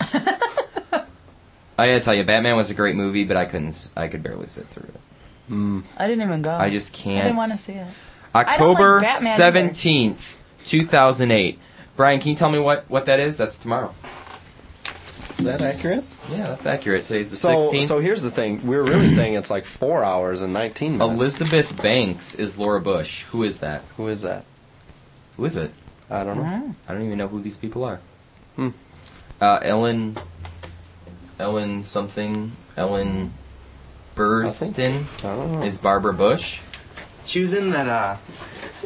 Speaker 4: I gotta tell you, Batman was a great movie, but I couldn't. s- I could barely sit through it.
Speaker 6: I didn't even go.
Speaker 3: Um,
Speaker 4: I just can't.
Speaker 6: I didn't want to see it.
Speaker 4: October
Speaker 6: like Batman either.
Speaker 4: seventeenth, two thousand eight. Brian, can you tell me what what that is? That's tomorrow.
Speaker 3: Is that accurate?
Speaker 4: Yeah, that's accurate. Today's the
Speaker 3: So
Speaker 4: sixteenth.
Speaker 3: so here's the thing. We're really saying it's like four hours and nineteen minutes.
Speaker 4: Elizabeth Banks is Laura Bush. Who is that?
Speaker 3: Who is that?
Speaker 4: Who is it?
Speaker 3: I don't know.
Speaker 4: I don't even know who these people are.
Speaker 3: Hmm.
Speaker 4: Uh, Ellen. Ellen something. Ellen Burstyn
Speaker 3: I don't know.
Speaker 4: is Barbara Bush.
Speaker 7: She was in that. uh
Speaker 4: Are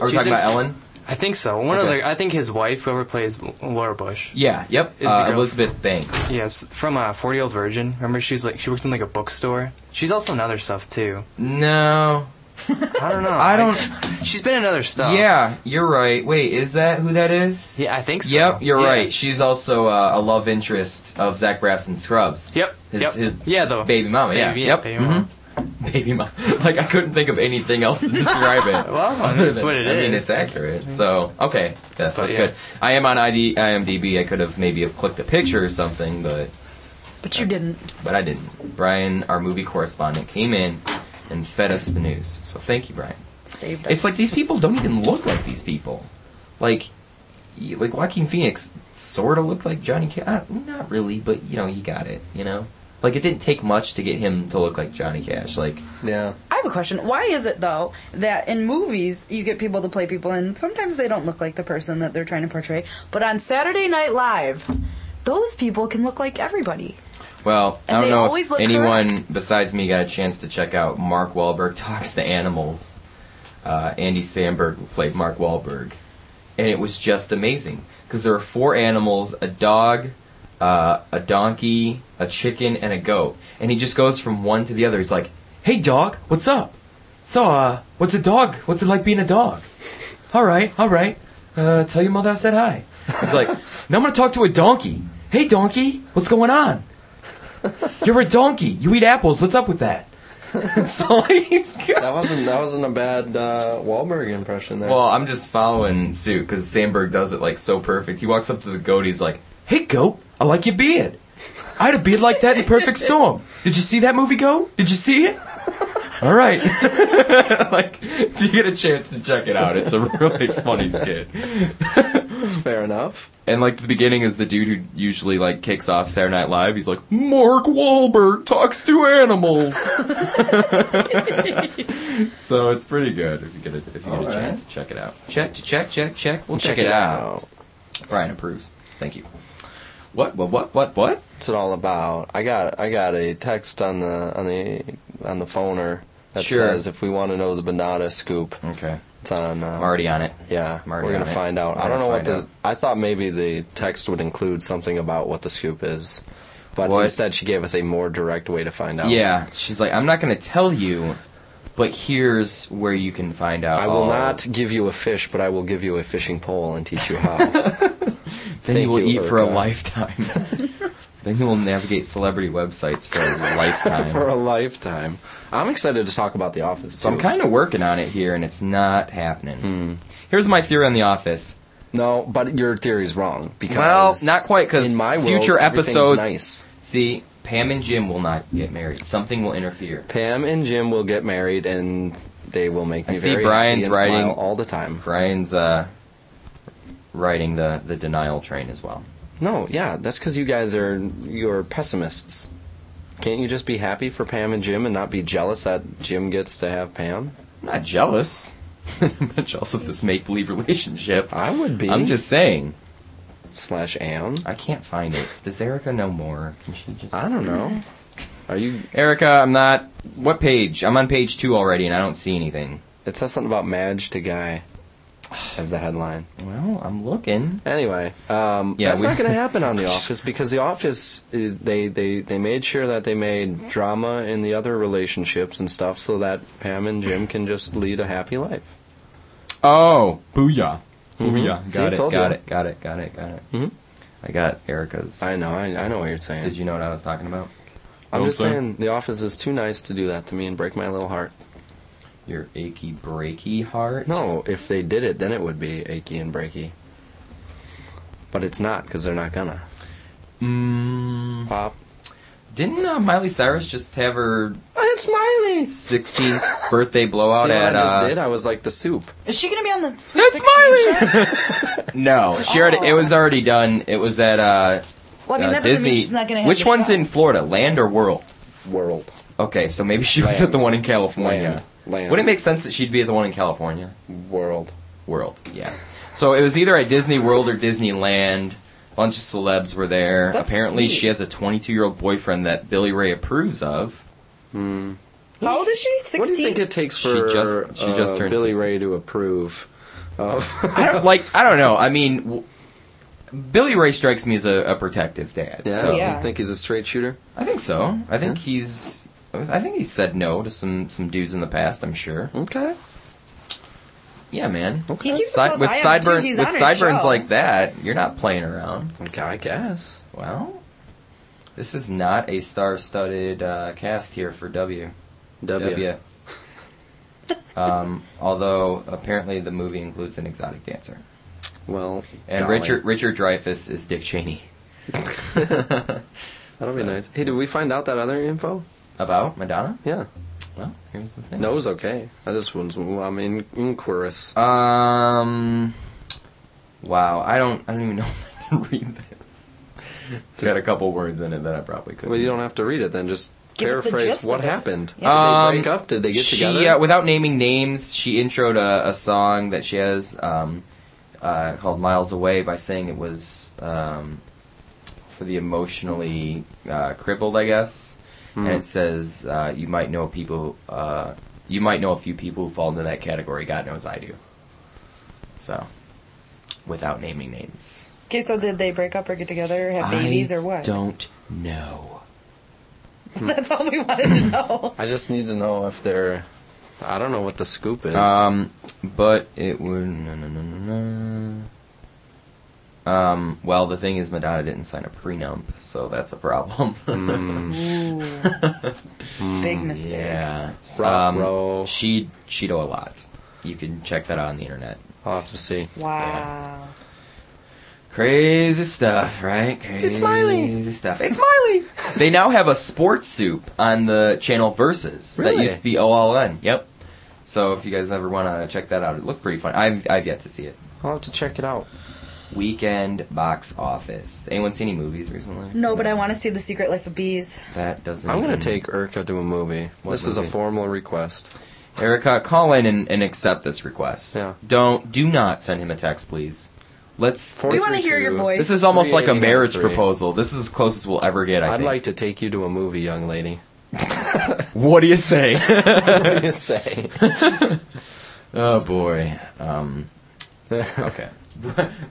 Speaker 4: we
Speaker 7: She's
Speaker 4: talking
Speaker 7: in-
Speaker 4: about Ellen?
Speaker 7: I think so. One
Speaker 4: Okay.
Speaker 7: of the. I think his wife, whoever plays Laura Bush.
Speaker 4: Yeah. Yep.
Speaker 7: Is
Speaker 4: Uh,
Speaker 7: the girl-
Speaker 4: Elizabeth Banks.
Speaker 7: Yes, from a uh, Forty Year Old Virgin. Remember, she's like she worked in like a bookstore. She's also in other stuff too.
Speaker 4: No.
Speaker 7: I don't know.
Speaker 4: I don't.
Speaker 7: she's been in other stuff.
Speaker 4: Yeah, you're right. Wait, is that who that is?
Speaker 7: Yeah, I think so.
Speaker 4: Yep, you're
Speaker 7: Yeah.
Speaker 4: right. She's also uh, a love interest of Zach Braff's Scrubs.
Speaker 7: Yep.
Speaker 4: His,
Speaker 7: yep.
Speaker 4: his
Speaker 7: yeah, though.
Speaker 4: baby mama. Yeah.
Speaker 7: Baby-
Speaker 4: yep.
Speaker 7: baby mama.
Speaker 4: mhm. Baby mama. like I couldn't think of anything else to describe it.
Speaker 7: Well, I mean, that's what it
Speaker 4: I mean,
Speaker 7: is.
Speaker 4: it's accurate. So okay, yes,
Speaker 7: But
Speaker 4: that's
Speaker 7: yeah.
Speaker 4: good. I am on ID, IMDb. I could have maybe have clicked a picture or something, but
Speaker 1: But you didn't.
Speaker 4: but I didn't. Brian, our movie correspondent, came in and fed us the news. So thank you, Brian.
Speaker 1: Saved us.
Speaker 4: It's like these people don't even look like these people. Like, y- like Joaquin Phoenix sort of looked like Johnny Cash. Uh, Not really, but you know, you got it. You know, like it didn't take much to get him to look like Johnny Cash. Like,
Speaker 3: Yeah.
Speaker 1: I have a question. Why is it though that in movies you get people to play people and sometimes they don't look like the person that they're trying to portray, but on Saturday Night Live, those people can look like everybody.
Speaker 4: well,
Speaker 1: And
Speaker 4: I don't
Speaker 1: they
Speaker 4: know
Speaker 1: always
Speaker 4: if
Speaker 1: look
Speaker 4: anyone besides me got a chance to check out Mark Wahlberg talks to animals. Uh, Andy Samberg played Mark Wahlberg, and it was just amazing because there were four animals: a dog, uh, a donkey, a chicken, and a goat. And he just goes from one to the other. He's like, "Hey, dog, what's up? So, uh, what's a dog? What's it like being a dog? All right, all right. Uh, tell your mother I said hi." He's like, "Now I'm gonna talk to a donkey. Hey, donkey, what's going on? You're a donkey. You eat apples. What's up with that?" so he's got
Speaker 3: That wasn't that wasn't a bad uh, Wahlberg impression there.
Speaker 4: well, I'm just following suit because Sandberg does it like so perfect. He walks up to the goat. He's like, "Hey, goat, I like your beard. I had a beard like that in Perfect Storm. Did you see that movie, Goat? Did you see it? All right. like, if you get a chance to check it out, it's a really funny skit.
Speaker 3: fair enough.
Speaker 4: And like the beginning is the dude who usually like kicks off Saturday Night Live. He's like, Mark Wahlberg talks to animals. so it's pretty good if you get a, if you get a chance, check it out. Check check check check. We'll check, it, out. Brian approves. Thank you. What what what what what?
Speaker 3: What's it all about? I got I got a text on the on the on the phoner that
Speaker 4: Sure.
Speaker 3: says if we want to know the banana scoop,
Speaker 4: Okay,
Speaker 3: it's on. Uh,
Speaker 4: I'm already on it.
Speaker 3: Yeah,
Speaker 4: I'm already
Speaker 3: we're gonna
Speaker 4: on it.
Speaker 3: find out.
Speaker 4: We're
Speaker 3: I don't
Speaker 4: gonna
Speaker 3: know what
Speaker 4: find
Speaker 3: the. I thought maybe the text would include something about what the scoop is. But
Speaker 4: What?
Speaker 3: instead, she gave us a more direct way to find out.
Speaker 4: Yeah, she's like, I'm not gonna tell you, but here's where you can find out.
Speaker 3: I will
Speaker 4: all."
Speaker 3: not give you a fish, but I will give you a fishing pole and teach you how.
Speaker 4: Then you
Speaker 3: Thank
Speaker 4: will
Speaker 3: you,
Speaker 4: eat for a
Speaker 3: Erica.
Speaker 4: lifetime. then you will navigate celebrity websites for a lifetime.
Speaker 3: For a lifetime. I'm excited to talk about The Office.
Speaker 4: so I'm
Speaker 3: too.
Speaker 4: kind of working on it here, and it's not happening. Here's my theory on The Office.
Speaker 3: No, but your theory's wrong.
Speaker 4: Well,
Speaker 3: Because
Speaker 4: not quite, because
Speaker 3: in my world,
Speaker 4: future
Speaker 3: everything's
Speaker 4: episodes.
Speaker 3: nice.
Speaker 4: See, Pam and Jim will not get married. Something will interfere.
Speaker 3: Pam and Jim will get married, and they will make
Speaker 4: I
Speaker 3: me
Speaker 4: see
Speaker 3: very
Speaker 4: Brian's
Speaker 3: happy and smile
Speaker 4: writing-
Speaker 3: all the time.
Speaker 4: Brian's uh, riding the, the denial train as well.
Speaker 3: No, yeah, that's because you guys are you're pessimists. Can't you just be happy for Pam and Jim and not be jealous that Jim gets to have Pam?
Speaker 4: I'm not jealous. I'm not jealous of this make believe relationship.
Speaker 3: I would be.
Speaker 4: I'm just saying.
Speaker 3: slash am.
Speaker 4: I can't find it. Does Erica know more? Can she just.
Speaker 3: I don't know. Are you?
Speaker 4: Erica, I'm not. What page? I'm on page two already, and I don't see anything.
Speaker 3: It says something about Madge to Guy as the headline.
Speaker 4: Well, I'm looking.
Speaker 3: Anyway, um,
Speaker 4: Yeah,
Speaker 3: that's
Speaker 4: we-
Speaker 3: not going to happen on The Office because The Office uh, they, they they made sure that they made drama in the other relationships and stuff so that Pam and Jim can just lead a happy life.
Speaker 4: Oh, booyah! Booyah!
Speaker 3: Mm-hmm. See, I
Speaker 4: Got it.
Speaker 3: told
Speaker 4: Got
Speaker 3: you.
Speaker 4: it. Got it. Got it. Got it.
Speaker 3: Mhm.
Speaker 4: I got Erica's.
Speaker 3: I know, I, I know what you're saying.
Speaker 4: Did you know what I was talking about?
Speaker 3: I'm just
Speaker 4: Okay.
Speaker 3: saying The Office is too nice to do that to me and break my little heart.
Speaker 4: Your achy breaky heart.
Speaker 3: No, if they did it, then it would be achy and breaky. But it's not because they're not gonna
Speaker 4: Mm,
Speaker 3: pop.
Speaker 4: didn't uh, Miley Cyrus just have her
Speaker 3: It's Miley. See
Speaker 4: 16th birthday blowout
Speaker 3: what I
Speaker 4: at?
Speaker 3: just
Speaker 4: uh,
Speaker 3: did? I was like the soup.
Speaker 5: Is she gonna be on the Sweet
Speaker 4: That's
Speaker 5: 16 show?
Speaker 4: No, she already. It
Speaker 3: Oh.
Speaker 4: was already done. It was at uh,
Speaker 5: Well, I mean,
Speaker 4: uh,
Speaker 5: that doesn't
Speaker 4: Disney.
Speaker 5: mean she's not gonna have
Speaker 4: Which
Speaker 5: the
Speaker 4: one's
Speaker 5: show.
Speaker 4: in Florida, land or world?
Speaker 3: World.
Speaker 4: Okay, so maybe she was at the
Speaker 3: Land.
Speaker 4: one in California.
Speaker 3: Land. Land.
Speaker 4: Would it make sense that she'd be at the one in California?
Speaker 3: World.
Speaker 4: World, yeah. So it was either at Disney World or Disneyland. bunch of celebs were there.
Speaker 5: That's
Speaker 4: Apparently,
Speaker 5: sweet.
Speaker 4: she has a 22 year old boyfriend that Billy Ray approves of.
Speaker 5: How old is she?
Speaker 3: What do you think
Speaker 5: Sixteen.
Speaker 3: it takes
Speaker 4: She
Speaker 3: for
Speaker 4: just- she
Speaker 3: uh,
Speaker 4: just turned
Speaker 3: Billy
Speaker 4: 16.
Speaker 3: Ray to approve of?
Speaker 4: I don't, like, I don't know. I mean, w- Billy Ray strikes me as a, a protective dad. So
Speaker 3: You think he's a straight shooter?
Speaker 4: I think so. I think he's. I think he's said no to some, some dudes in the past. I'm sure.
Speaker 3: Okay.
Speaker 4: Yeah, man.
Speaker 5: He keeps
Speaker 4: Side-
Speaker 5: a close
Speaker 4: with
Speaker 5: eye on him,
Speaker 4: sideburn,
Speaker 5: too. He's
Speaker 4: with
Speaker 5: on her
Speaker 4: sideburns
Speaker 5: show.
Speaker 4: like that, you're not playing around.
Speaker 3: Okay, I guess.
Speaker 4: Well, this is not a star-studded uh, cast here for W.
Speaker 3: W.
Speaker 4: um, although apparently the movie includes an exotic dancer,
Speaker 3: Well,
Speaker 4: and
Speaker 3: golly.
Speaker 4: Richard Richard Dreyfuss is Dick Cheney.
Speaker 3: That'll
Speaker 4: so-
Speaker 3: be nice. Hey, did we find out that other info?
Speaker 4: About Madonna?
Speaker 3: Yeah.
Speaker 4: Well, here's the thing.
Speaker 3: No, it's okay. Uh, This one's well, I'm in inquirous.
Speaker 4: Um. Wow, I don't. I don't even know if I can read this. It's got a couple words in it that I probably could.
Speaker 3: Well, you don't have to read it then. Just
Speaker 5: Give us the
Speaker 3: paraphrase
Speaker 5: gist
Speaker 3: what
Speaker 5: of it.
Speaker 3: happened.
Speaker 4: Um,
Speaker 3: Did they break up? Did they get
Speaker 4: she,
Speaker 3: together?
Speaker 4: Uh, without naming names, she introed a, a song that she has um, uh, called "Miles Away" by saying it was um, for the emotionally uh, crippled, I guess.
Speaker 3: Hmm.
Speaker 4: And it says, uh, "You might know people. Uh, you might know a few people who fall into that category. God knows I do." So, without naming names,
Speaker 5: Okay, so did they break up or get together or have babies
Speaker 4: I
Speaker 5: or what?
Speaker 4: Don't know.
Speaker 5: That's all we wanted to know.
Speaker 3: I just need to know if they're. I don't know what the scoop is.
Speaker 4: Um, but it would. No, no, no, no, no. Um, well, the thing is, Madonna didn't sign a prenup, so that's a problem.
Speaker 5: Big
Speaker 4: Mm, Hmm,
Speaker 5: mistake.
Speaker 4: yeah.
Speaker 3: Ruh-roh.
Speaker 4: Um, she she do a lot. You can check that out on the internet.
Speaker 3: I'll have to see.
Speaker 5: Wow.
Speaker 4: Crazy stuff, right? Crazy
Speaker 3: It's Miley.
Speaker 4: Crazy stuff. It's Miley. they now have a sports soup on the channel Versus that
Speaker 3: Really?
Speaker 4: used to be OLN. Yep. So if you guys ever want to check that out, it looked pretty fun. I've I've yet to see it.
Speaker 3: I'll have to check it out.
Speaker 4: Weekend box office. Anyone see any movies recently?
Speaker 5: No, but I want to see The Secret Life of Bees.
Speaker 4: That doesn't.
Speaker 3: I'm gonna
Speaker 4: even-
Speaker 3: take Erica to a movie.
Speaker 4: Hmm. What
Speaker 3: this is a
Speaker 4: movie?
Speaker 3: formal request.
Speaker 4: Erica. Call in and, and accept this request.
Speaker 3: Yeah.
Speaker 4: Don't do not send him a text, please. Let's.
Speaker 3: We
Speaker 5: wanna hear your voice.
Speaker 4: This is almost like a marriage
Speaker 3: 389-3.
Speaker 4: proposal. This is as close as we'll ever get. I
Speaker 3: I'd
Speaker 4: think.
Speaker 3: like to take you to a movie, young lady.
Speaker 4: What do you say?
Speaker 3: What do you say?
Speaker 4: oh boy. Um. Okay.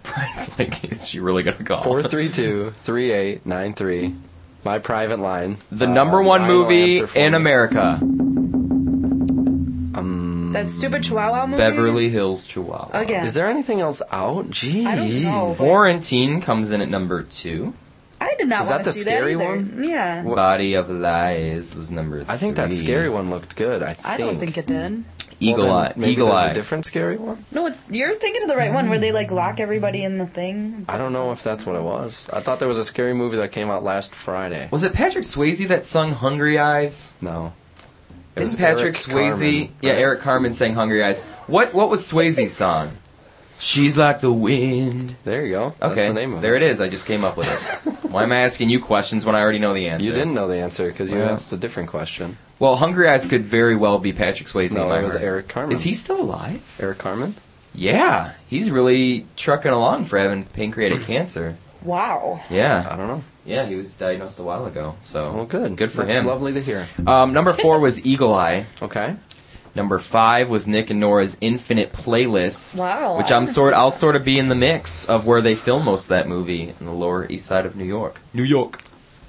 Speaker 4: Brian's like, is she really gonna call?
Speaker 3: Four three two three eight nine three. My Private Line.
Speaker 4: The
Speaker 3: Uh,
Speaker 4: number one
Speaker 3: I will
Speaker 4: movie
Speaker 3: answer for
Speaker 4: in
Speaker 3: you.
Speaker 4: America,
Speaker 1: That stupid Chihuahua movie.
Speaker 4: Beverly Hills Chihuahua.
Speaker 1: Again.
Speaker 3: Is there anything else out? Jeez.
Speaker 1: don't know.
Speaker 4: Quarantine comes in at number two.
Speaker 1: I did not
Speaker 3: Is that
Speaker 1: want
Speaker 3: the
Speaker 1: to see
Speaker 3: scary
Speaker 1: that either.
Speaker 3: one?
Speaker 1: Yeah.
Speaker 3: Wha-
Speaker 4: Body of Lies was number three.
Speaker 3: I think that scary one looked good. I think.
Speaker 1: I don't think it did.
Speaker 4: Eagle
Speaker 3: Well,
Speaker 4: Eye.
Speaker 3: then Maybe
Speaker 4: Eagle
Speaker 3: there's
Speaker 4: Eye.
Speaker 3: a different scary one.
Speaker 1: No, it's you're thinking of the right one where they like lock everybody in the thing.
Speaker 3: I don't know if that's what it was. I thought there was a scary movie that came out last Friday.
Speaker 4: was it Patrick Swayze that sung Hungry Eyes?
Speaker 3: No. It was
Speaker 4: Didn't Patrick
Speaker 3: Eric
Speaker 4: Swayze?
Speaker 3: Carmen.
Speaker 4: Yeah, Eric Carmen sang "Hungry Eyes." What What was Swayze's song? She's like the wind.
Speaker 3: There you go.
Speaker 4: Okay,
Speaker 3: That's the name of
Speaker 4: there
Speaker 3: it.
Speaker 4: it is. I just came up with it. Why am I asking you questions when I already know the answer?
Speaker 3: You didn't know the answer because you
Speaker 4: Yeah.
Speaker 3: asked a different question.
Speaker 4: Well, "Hungry Eyes" could very well be Patrick Swayze.
Speaker 3: No,
Speaker 4: in my
Speaker 3: it was
Speaker 4: heart.
Speaker 3: Eric Carmen.
Speaker 4: Is he still alive?
Speaker 3: Eric Carmen?
Speaker 4: Yeah, he's really trucking along for having pancreatic cancer.
Speaker 1: Wow.
Speaker 4: Yeah,
Speaker 3: I don't know.
Speaker 4: yeah, he was diagnosed a while ago. So
Speaker 3: Well, good.
Speaker 4: good for
Speaker 3: That's
Speaker 4: him.
Speaker 3: Lovely to hear.
Speaker 4: Um, number four was Eagle Eye.
Speaker 3: Okay.
Speaker 4: Number five was Nick and Nora's Infinite Playlist.
Speaker 1: Wow.
Speaker 4: Which I'm sort I'll sort of be in the mix of where they film most of that movie in the lower east side of New York. New York.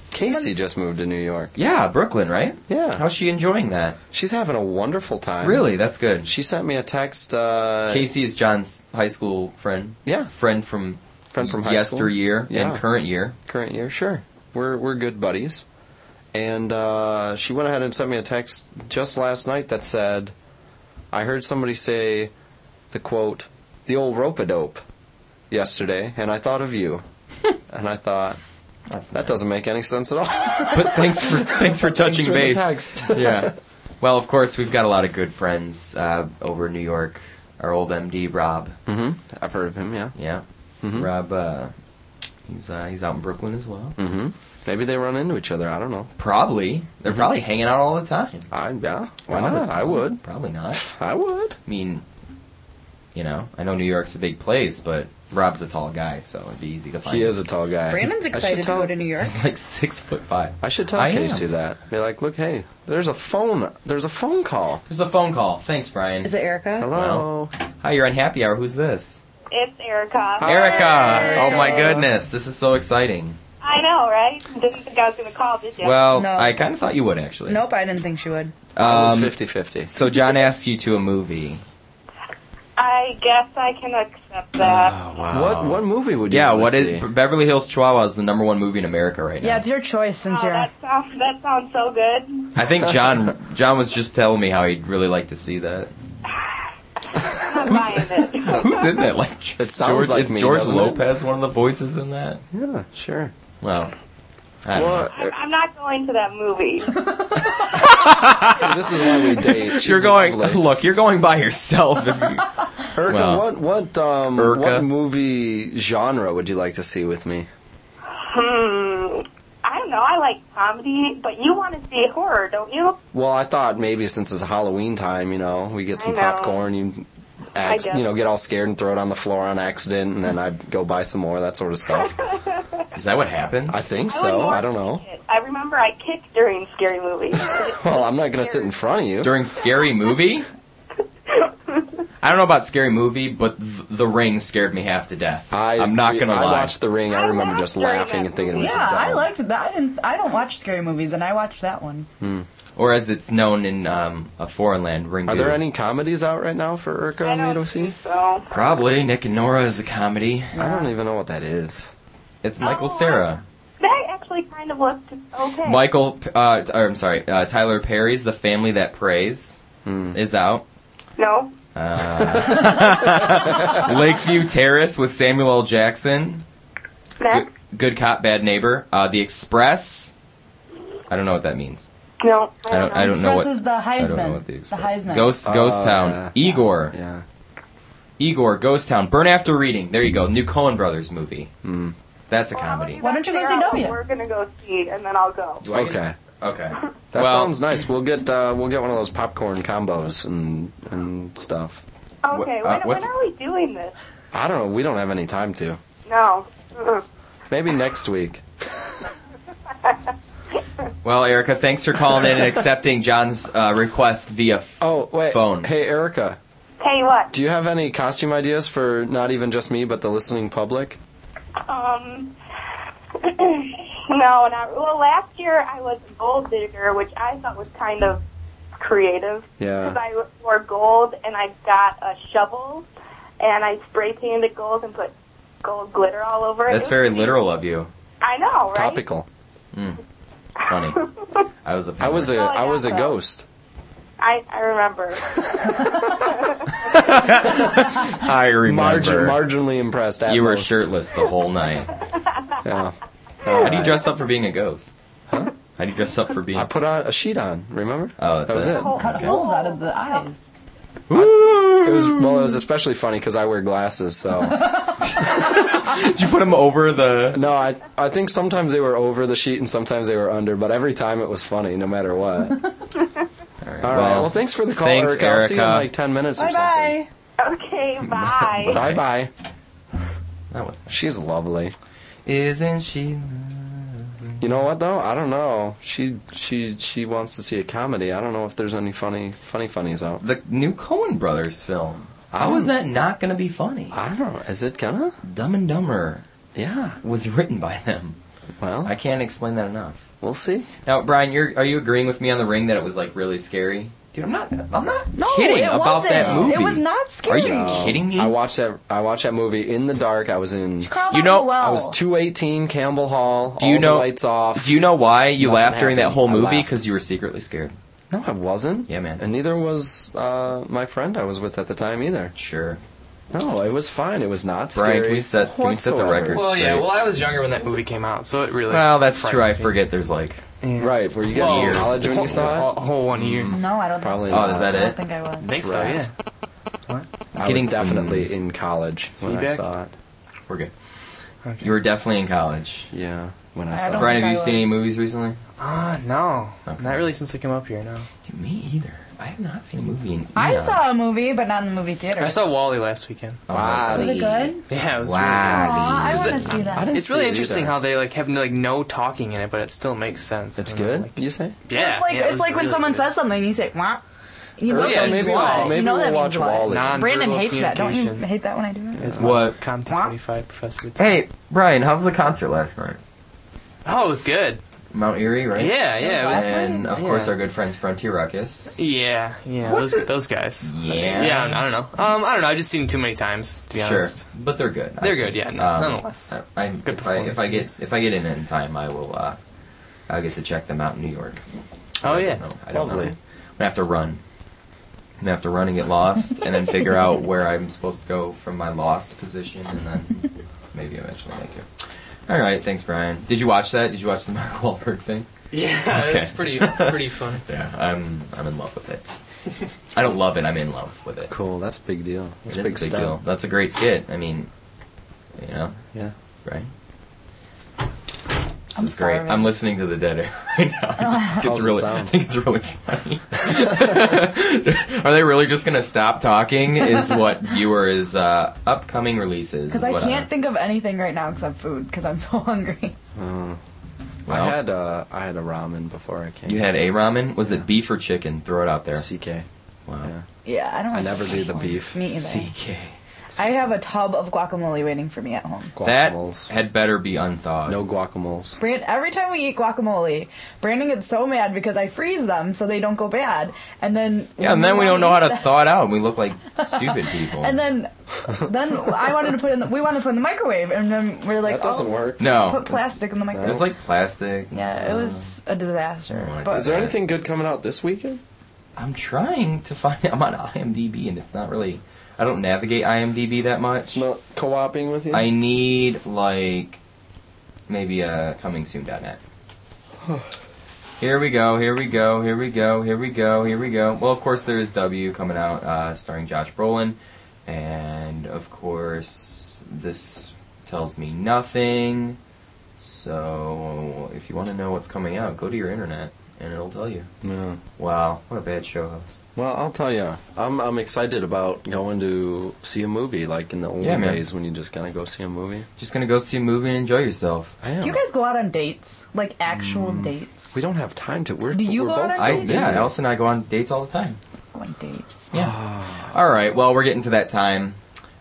Speaker 3: Casey just moved to New York.
Speaker 4: Yeah, Brooklyn, right?
Speaker 3: Yeah.
Speaker 4: How's she enjoying that?
Speaker 3: She's having a wonderful time.
Speaker 4: Really, that's good.
Speaker 3: She sent me a text. Uh,
Speaker 4: Casey is John's high school friend.
Speaker 3: Yeah.
Speaker 4: Friend from
Speaker 3: Friend from high
Speaker 4: yesteryear
Speaker 3: school. Yeah.
Speaker 4: and current year.
Speaker 3: current year. Sure, we're we're good buddies. And uh, she went ahead and sent me a text just last night that said, "I heard somebody say the quote, the old rope a dope, yesterday, and I thought of you." and I thought
Speaker 4: That's
Speaker 3: that doesn't make any sense at all.
Speaker 4: But thanks for thanks for touching
Speaker 3: for the
Speaker 4: base.
Speaker 3: text.
Speaker 4: yeah. Well, of course, we've got a lot of good friends uh, over in New York. Our old MD Rob.
Speaker 3: hmm I've heard of him. Yeah.
Speaker 4: Yeah. Rob uh, he's uh, he's out in Brooklyn as well.
Speaker 3: hmm Maybe they run into each other. I don't know.
Speaker 4: Mm. Probably. They're probably hanging out all the time.
Speaker 3: I yeah. Why not? I would.
Speaker 4: Mm-hmm. Probably not.
Speaker 3: I would.
Speaker 4: I mean, you know, I know New York's a big place, but Rob's a tall guy, so it'd be easy to find.
Speaker 3: He
Speaker 4: him.
Speaker 3: is a tall guy.
Speaker 1: Brandon's
Speaker 3: I should
Speaker 1: excited to
Speaker 3: tell-
Speaker 1: go to New York.
Speaker 4: He's like six foot five.
Speaker 3: I should tell
Speaker 4: I am.
Speaker 3: Casey that. Be like, look, hey, there's a phone. There's a phone call.
Speaker 4: There's a phone call. Thanks, Brian.
Speaker 1: Is it Erica?
Speaker 3: Hello.
Speaker 4: Hi, you're on Happy Hour. Who's this?
Speaker 9: It's Erica.
Speaker 4: Erica. Oh my goodness, this is so exciting.
Speaker 9: I know, right? Didn't think I was going to call, did you?
Speaker 4: Well,
Speaker 1: No.
Speaker 4: I kind of thought you would actually.
Speaker 1: Nope, I didn't think she would.
Speaker 3: It's
Speaker 4: Um,
Speaker 3: 50 50.
Speaker 4: so John asks you to a movie.
Speaker 9: I guess I can accept that.
Speaker 4: wow.
Speaker 3: What what movie would you
Speaker 4: Yeah,
Speaker 3: wanna
Speaker 4: what
Speaker 3: see?
Speaker 4: is Beverly Hills Chihuahua is the number one movie in America right now.
Speaker 6: Yeah, it's your choice since
Speaker 9: Oh,
Speaker 6: you're.
Speaker 9: that sounds that sounds so good.
Speaker 4: I think John John was just telling me how he'd really like to see that.
Speaker 9: I'm buying it.
Speaker 4: Who's in that? Like
Speaker 3: It sounds
Speaker 4: George,
Speaker 3: like
Speaker 4: is
Speaker 3: me,
Speaker 4: George
Speaker 3: doesn't it?
Speaker 4: Lopez one of the voices in that?
Speaker 3: Yeah, sure.
Speaker 4: Well, I don't
Speaker 3: Well,
Speaker 4: know.
Speaker 9: I'm, I'm not going to that movie.
Speaker 3: see, this is why we date.
Speaker 4: You're
Speaker 3: She's
Speaker 4: going.
Speaker 3: lovely.
Speaker 4: Look, you're going by yourself. If you,
Speaker 3: Erica,
Speaker 4: well,
Speaker 3: what what um
Speaker 4: Erica.
Speaker 3: what movie genre would you like to see with me?
Speaker 9: Hmm. I don't know. I like comedy, but you want to see horror, don't you?
Speaker 3: Well, I thought maybe since it's Halloween time, you know, we get some
Speaker 9: know.
Speaker 3: popcorn, you act,
Speaker 9: guess.
Speaker 3: you know, get all scared and throw it on the floor on accident, and then I go buy some more, that sort of stuff.
Speaker 4: is that what happens?
Speaker 3: I think
Speaker 9: I would
Speaker 3: so.
Speaker 9: more
Speaker 3: I don't know.
Speaker 9: kick it. I remember I kicked during scary movies.
Speaker 3: Well, I'm not going to sit in front of you.
Speaker 4: during scary movie. I don't know about scary movie, but th- The Ring scared me half to death.
Speaker 3: I,
Speaker 4: am not gonna
Speaker 3: I
Speaker 4: lie.
Speaker 3: watched The Ring. I remember just laughing and thinking it was
Speaker 6: Yeah, I
Speaker 3: dumb.
Speaker 6: liked that. I didn't. I don't watch scary movies, and I watched that one.
Speaker 4: or as it's known in um, a foreign land, Ring.
Speaker 3: Are there
Speaker 4: Doo.
Speaker 3: any comedies out right now for Urca
Speaker 9: I
Speaker 3: and me to
Speaker 9: don't
Speaker 3: see?
Speaker 9: think so.
Speaker 4: Probably Nick and Nora is a comedy.
Speaker 3: I don't even know what that is.
Speaker 4: It's Michael
Speaker 9: Oh, I-
Speaker 4: Sarah.
Speaker 9: That actually kind of looked okay.
Speaker 4: Michael, uh, t- or, I'm sorry, uh, Tyler Perry's The Family That Prays
Speaker 3: Hmm.
Speaker 4: is out.
Speaker 9: No.
Speaker 4: Lakeview Terrace with Samuel L. Jackson. Good,
Speaker 9: Next.
Speaker 4: good Cop, Bad Neighbor. Uh, the Express. I don't know what that means.
Speaker 3: Uh,
Speaker 9: No.
Speaker 4: I don't. I don't know
Speaker 6: Express
Speaker 4: what.
Speaker 6: is the
Speaker 4: I
Speaker 6: Heisman.
Speaker 4: don't know what the
Speaker 6: the
Speaker 4: Express.
Speaker 6: Heisman.
Speaker 4: Ghost, Ghost
Speaker 3: Oh,
Speaker 4: Town.
Speaker 3: yeah.
Speaker 4: Igor.
Speaker 3: Yeah.
Speaker 4: Igor. Ghost Town. Burn After Reading. There you go. New Cohen Brothers movie. That's a comedy.
Speaker 6: Why don't you go
Speaker 9: Figure
Speaker 6: see
Speaker 9: out
Speaker 6: W?
Speaker 9: what We're gonna go see, and then I'll go.
Speaker 4: Do I get-
Speaker 3: Okay.
Speaker 4: Okay.
Speaker 3: That
Speaker 4: well,
Speaker 3: sounds nice. We'll get uh, we'll get one of those popcorn combos and and stuff.
Speaker 9: Okay.
Speaker 4: uh,
Speaker 9: when, when
Speaker 4: what's-
Speaker 9: are we doing this?
Speaker 3: I don't know. We don't have any time to.
Speaker 9: No. Mm-mm.
Speaker 3: Maybe next week.
Speaker 4: well, Erica, thanks for calling in and accepting John's uh, request via. F-
Speaker 3: Oh wait.
Speaker 4: Phone.
Speaker 3: Hey Erica,
Speaker 9: Tell you what.
Speaker 3: do you have any costume ideas for not even just me but the listening public?
Speaker 9: Um.
Speaker 8: no, not well. Last year I was a gold digger, which I thought was kind of creative
Speaker 3: Yeah.
Speaker 8: because I wore gold and I got a shovel and I spray painted it gold and put gold glitter all over it.
Speaker 4: That's
Speaker 8: It was-
Speaker 4: very literal of you.
Speaker 8: I know, right?
Speaker 3: Topical.
Speaker 4: It's funny. I was a
Speaker 3: I was a I
Speaker 8: yeah,
Speaker 3: was a
Speaker 8: but-
Speaker 3: ghost.
Speaker 8: I I remember.
Speaker 4: I remember.
Speaker 3: Margin, marginally impressed. At
Speaker 4: you were
Speaker 3: most.
Speaker 4: shirtless the whole night.
Speaker 3: Yeah.
Speaker 4: How do you dress up for being a ghost? How do you dress up for being?
Speaker 3: I put on a sheet on. Remember?
Speaker 4: Oh, that's
Speaker 3: that was
Speaker 4: it.
Speaker 3: it.
Speaker 10: Cut
Speaker 4: Okay.
Speaker 10: holes out of the eyes.
Speaker 3: It was well. It was especially funny because I wear glasses. So
Speaker 4: Did you put them over the?
Speaker 3: no, I I think sometimes they were over the sheet and sometimes they were under, but every time it was funny, no matter what. All right. well, thanks for the call,
Speaker 4: thanks,
Speaker 3: Erica. I'll see you in
Speaker 4: Erica.
Speaker 3: like ten minutes or something.
Speaker 10: Bye.
Speaker 8: okay, bye.
Speaker 3: Bye bye.
Speaker 4: That was.
Speaker 3: She's lovely.
Speaker 4: Isn't she?
Speaker 3: You know what though? I don't know. She she she wants to see a comedy. I don't know if there's any funny funny funnies out.
Speaker 4: The new Cohen Brothers film. How is that not going to be funny?
Speaker 3: I don't know. Is it gonna?
Speaker 4: Dumb and Dumber
Speaker 3: Yeah.
Speaker 4: was written by them.
Speaker 3: Well,
Speaker 4: I can't explain that enough.
Speaker 3: we'll see.
Speaker 4: Now, Brian, you're are you agreeing with me on the ring that it was like really scary? Dude, I'm not. I'm not
Speaker 5: No,
Speaker 4: kidding
Speaker 5: it
Speaker 4: about
Speaker 5: wasn't.
Speaker 4: that movie.
Speaker 5: It was not
Speaker 4: Are
Speaker 5: scary.
Speaker 4: you
Speaker 3: No.
Speaker 4: kidding me?
Speaker 3: I watched that. I watched that movie in the dark. I was in.
Speaker 5: Crawl
Speaker 4: You
Speaker 5: down
Speaker 4: know,
Speaker 5: the well.
Speaker 4: I
Speaker 3: I was 218 Campbell Hall.
Speaker 4: Do
Speaker 3: all
Speaker 4: you know-
Speaker 3: the lights off?
Speaker 4: Do you know why you
Speaker 3: Nothing
Speaker 4: laughed during that
Speaker 3: happened.
Speaker 4: whole
Speaker 3: I
Speaker 4: movie?
Speaker 3: laughed.
Speaker 4: Because you were secretly scared.
Speaker 3: No, I wasn't.
Speaker 4: Yeah, man.
Speaker 3: And neither was uh, my friend I was with at the time either.
Speaker 4: Sure.
Speaker 3: No, it was fine. It was not
Speaker 4: Brian,
Speaker 3: scary.
Speaker 4: can we set can we set the
Speaker 3: whatsoever.
Speaker 4: record
Speaker 7: Well,
Speaker 4: straight?
Speaker 7: Oh, yeah. Well, I was younger when that movie came out, so it really.
Speaker 4: Well, that's true. I
Speaker 7: frightened me.
Speaker 4: forget. There's like.
Speaker 7: Yeah.
Speaker 3: Right? Were you guys
Speaker 7: Well,
Speaker 3: in
Speaker 4: years.
Speaker 3: college when you saw it?
Speaker 7: A whole one year.
Speaker 5: No, I don't
Speaker 3: Probably.
Speaker 5: think
Speaker 4: Oh,
Speaker 3: not.
Speaker 4: is that
Speaker 5: so. I don't
Speaker 4: it?
Speaker 5: think I was.
Speaker 7: I think so.
Speaker 3: Right.
Speaker 7: Yeah.
Speaker 3: I was
Speaker 4: Getting some-
Speaker 3: definitely in college when I
Speaker 7: Feedback?
Speaker 3: saw it.
Speaker 4: We're good.
Speaker 7: Okay.
Speaker 4: You were definitely in college.
Speaker 3: Yeah, when I,
Speaker 5: I
Speaker 3: saw
Speaker 5: don't-
Speaker 3: it.
Speaker 4: Brian, have
Speaker 5: think
Speaker 4: you
Speaker 5: I
Speaker 4: seen any
Speaker 5: was.
Speaker 4: movies recently?
Speaker 7: Ah, no.
Speaker 4: Okay.
Speaker 7: Not really since I came up here. No.
Speaker 4: Me either. I have not seen a movie. In
Speaker 5: I
Speaker 4: eon.
Speaker 5: saw a movie, but not in the movie theater.
Speaker 7: I saw Wally last weekend.
Speaker 4: Oh, I
Speaker 5: was
Speaker 4: saw
Speaker 5: it good?
Speaker 7: Yeah, it was really
Speaker 5: Aw,
Speaker 4: Wow.
Speaker 5: I
Speaker 7: Is
Speaker 5: want to
Speaker 7: that-
Speaker 5: see that.
Speaker 3: I didn't
Speaker 7: good. It's
Speaker 3: see
Speaker 7: really
Speaker 3: it
Speaker 7: interesting
Speaker 3: either.
Speaker 7: how they like have like no talking in it, but it still makes sense.
Speaker 3: it's
Speaker 7: I don't know,
Speaker 3: good.
Speaker 7: like-
Speaker 3: you say?
Speaker 7: yeah,
Speaker 5: it's like
Speaker 7: yeah, it
Speaker 5: it's
Speaker 7: was
Speaker 5: like when
Speaker 7: really
Speaker 5: someone
Speaker 7: good.
Speaker 5: says something, you say "wow." You know
Speaker 7: Or
Speaker 5: that
Speaker 7: maybe
Speaker 5: means
Speaker 7: we'll-
Speaker 5: what? you
Speaker 3: maybe
Speaker 5: know
Speaker 3: we'll
Speaker 5: that
Speaker 3: watch
Speaker 5: means what.
Speaker 3: Wall-E.
Speaker 7: Non-verbal
Speaker 5: Brandon hates that. Don't you
Speaker 7: communication.
Speaker 5: hate that when I do it?
Speaker 7: It's
Speaker 4: What?
Speaker 7: Com to 25 Professor. It's-
Speaker 4: Hey, Brian, how was the concert last night?
Speaker 7: Oh, it was good.
Speaker 4: Mount Erie, right?
Speaker 7: Yeah, yeah, it was.
Speaker 4: And of course,
Speaker 7: Yeah.
Speaker 4: our good friends Frontier Ruckus.
Speaker 7: Yeah, yeah, those those guys.
Speaker 4: Yeah.
Speaker 7: Yeah, I don't know. Um, I don't know. I've just seen them too many times. To be
Speaker 4: Sure,
Speaker 7: honest,
Speaker 4: but they're good.
Speaker 7: they're good. Yeah, no,
Speaker 4: Um,
Speaker 7: nonetheless.
Speaker 4: I, I, if, I, if I get if I get in in time, I will. Uh, I'll get to check them out in New York.
Speaker 7: Oh
Speaker 4: I
Speaker 7: yeah.
Speaker 4: don't know. I don't know.
Speaker 3: Lovely.
Speaker 4: I'm gonna have to run. I'm gonna have to run and get lost, and then figure out where I'm supposed to go from my lost position, and then maybe eventually make it. All right, thanks, Brian. Did you watch that? Did you watch the Mark Wahlberg thing?
Speaker 7: Yeah,
Speaker 4: it's
Speaker 7: pretty pretty fun.
Speaker 4: Yeah, I'm I'm in love with it. I don't love it. I'm in love with it.
Speaker 3: Cool. That's a big deal. That's
Speaker 4: It is
Speaker 3: big,
Speaker 4: a big
Speaker 3: step.
Speaker 4: deal. That's a great skit. I mean, you know,
Speaker 3: Yeah.
Speaker 4: right? This is great. I'm listening to the dead air right now. I just think
Speaker 3: How's
Speaker 4: it's
Speaker 3: it
Speaker 4: really, I
Speaker 3: sound?
Speaker 4: think it's really funny. Are they really just gonna stop talking? Is what viewer is uh, upcoming releases?
Speaker 5: Because
Speaker 4: is
Speaker 5: I
Speaker 4: what
Speaker 5: can't think of anything right now except food because I'm so hungry.
Speaker 4: Well,
Speaker 3: Uh, I had uh, I had a ramen before I came.
Speaker 4: you had a ramen. Was it beef or chicken? Throw it out there.
Speaker 3: CK.
Speaker 4: Wow.
Speaker 5: Yeah, I don't.
Speaker 3: I
Speaker 5: have
Speaker 3: never do the beef.
Speaker 5: Me either.
Speaker 4: CK.
Speaker 5: I have a tub of guacamole waiting for me at home.
Speaker 4: That
Speaker 3: Guacamoles.
Speaker 4: had better be unthawed.
Speaker 3: No guacamoles.
Speaker 5: Brand- every time we eat guacamole, Brandon gets so mad because I freeze them so they don't go bad, and then
Speaker 4: Yeah, and then we don't know how to
Speaker 5: eat
Speaker 4: thaw it out, and we look like stupid people.
Speaker 5: them- and then then I wanted to put in the, we wanted to put in the microwave, and then we are like
Speaker 3: That doesn't
Speaker 5: oh,
Speaker 3: work.
Speaker 4: no,
Speaker 5: Put plastic in the
Speaker 4: it
Speaker 5: microwave.
Speaker 4: was like plastic.
Speaker 5: yeah, it was a disaster.
Speaker 4: Oh my
Speaker 5: But
Speaker 3: Is there anything good coming out this weekend?
Speaker 4: I'm trying to find. I'm on IMDb, and it's not really. I don't navigate IMDb that much.
Speaker 3: It's not co-oping with you.
Speaker 4: I need like maybe a coming soon.net. Here we go, here we go, here we go, here we go, here we go. Well, of course, there is W coming out, uh, starring Josh Brolin. And, of course, this tells me nothing. So, if you want to know what's coming out, go to your internet and it'll tell you.
Speaker 3: Yeah.
Speaker 4: Wow, what a bad show host.
Speaker 3: Well, I'll tell you, I'm I'm excited about going to see a movie, like in the old
Speaker 4: Yeah, man.
Speaker 3: days when you just kind of go see a movie.
Speaker 4: Just gonna go see a movie and enjoy yourself.
Speaker 3: I am.
Speaker 5: do you guys go out on dates, like actual
Speaker 4: Hmm.
Speaker 5: dates?
Speaker 3: we don't have time to. We're,
Speaker 5: Do you
Speaker 3: we're
Speaker 5: go out
Speaker 3: both
Speaker 5: on
Speaker 3: so
Speaker 4: I,
Speaker 3: busy.
Speaker 4: yeah, Alice and I go on dates all the time.
Speaker 5: Go on dates.
Speaker 4: Yeah. Ah. All right. Well, we're getting to that time.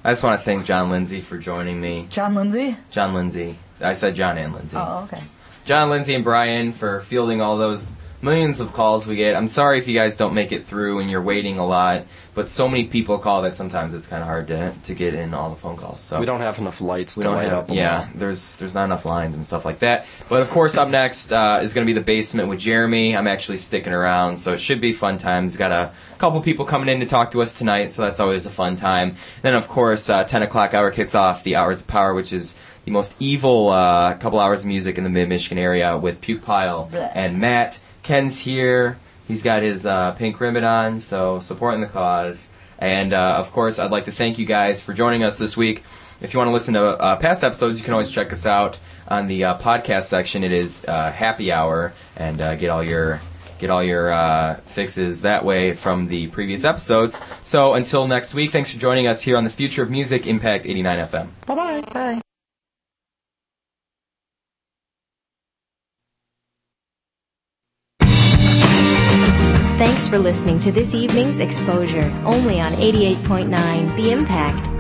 Speaker 4: I just want to thank John Lindsay for joining me.
Speaker 5: John Lindsay,
Speaker 4: John Lindsay, I said John and Lindsay.
Speaker 6: Oh, okay.
Speaker 4: John, Lindsay, and Brian for fielding all those millions of calls we get. I'm sorry if you guys don't make it through and you're waiting a lot, but so many people call that sometimes it's kind of hard to to get in all the phone calls. So
Speaker 3: We don't have enough lights
Speaker 4: we
Speaker 3: to
Speaker 4: don't
Speaker 3: light
Speaker 4: have-
Speaker 3: up. 'em all.
Speaker 4: yeah, there's there's not enough lines and stuff like that. But of course, up next uh, is going to be the basement with Jeremy. I'm actually sticking around, so it should be fun times. Got a couple people coming in to talk to us tonight, so that's always a fun time. Then of course, uh, 10 o'clock hour kicks off the Hours of Power, which is the most evil uh, couple hours of music in the Mid Michigan area with Puke Pile and Matt. Ken's here. He's got his uh, pink ribbon on, so supporting the cause. And uh, of course, I'd like to thank you guys for joining us this week. If you want to listen to uh, past episodes, you can always check us out on the uh, podcast section. It is uh, Happy Hour, and uh, get all your get all your uh, fixes that way from the previous episodes. So until next week, thanks for joining us here on the Future of Music Impact 89 FM.
Speaker 11: Thanks for listening to this evening's exposure, only on 88.9 The Impact.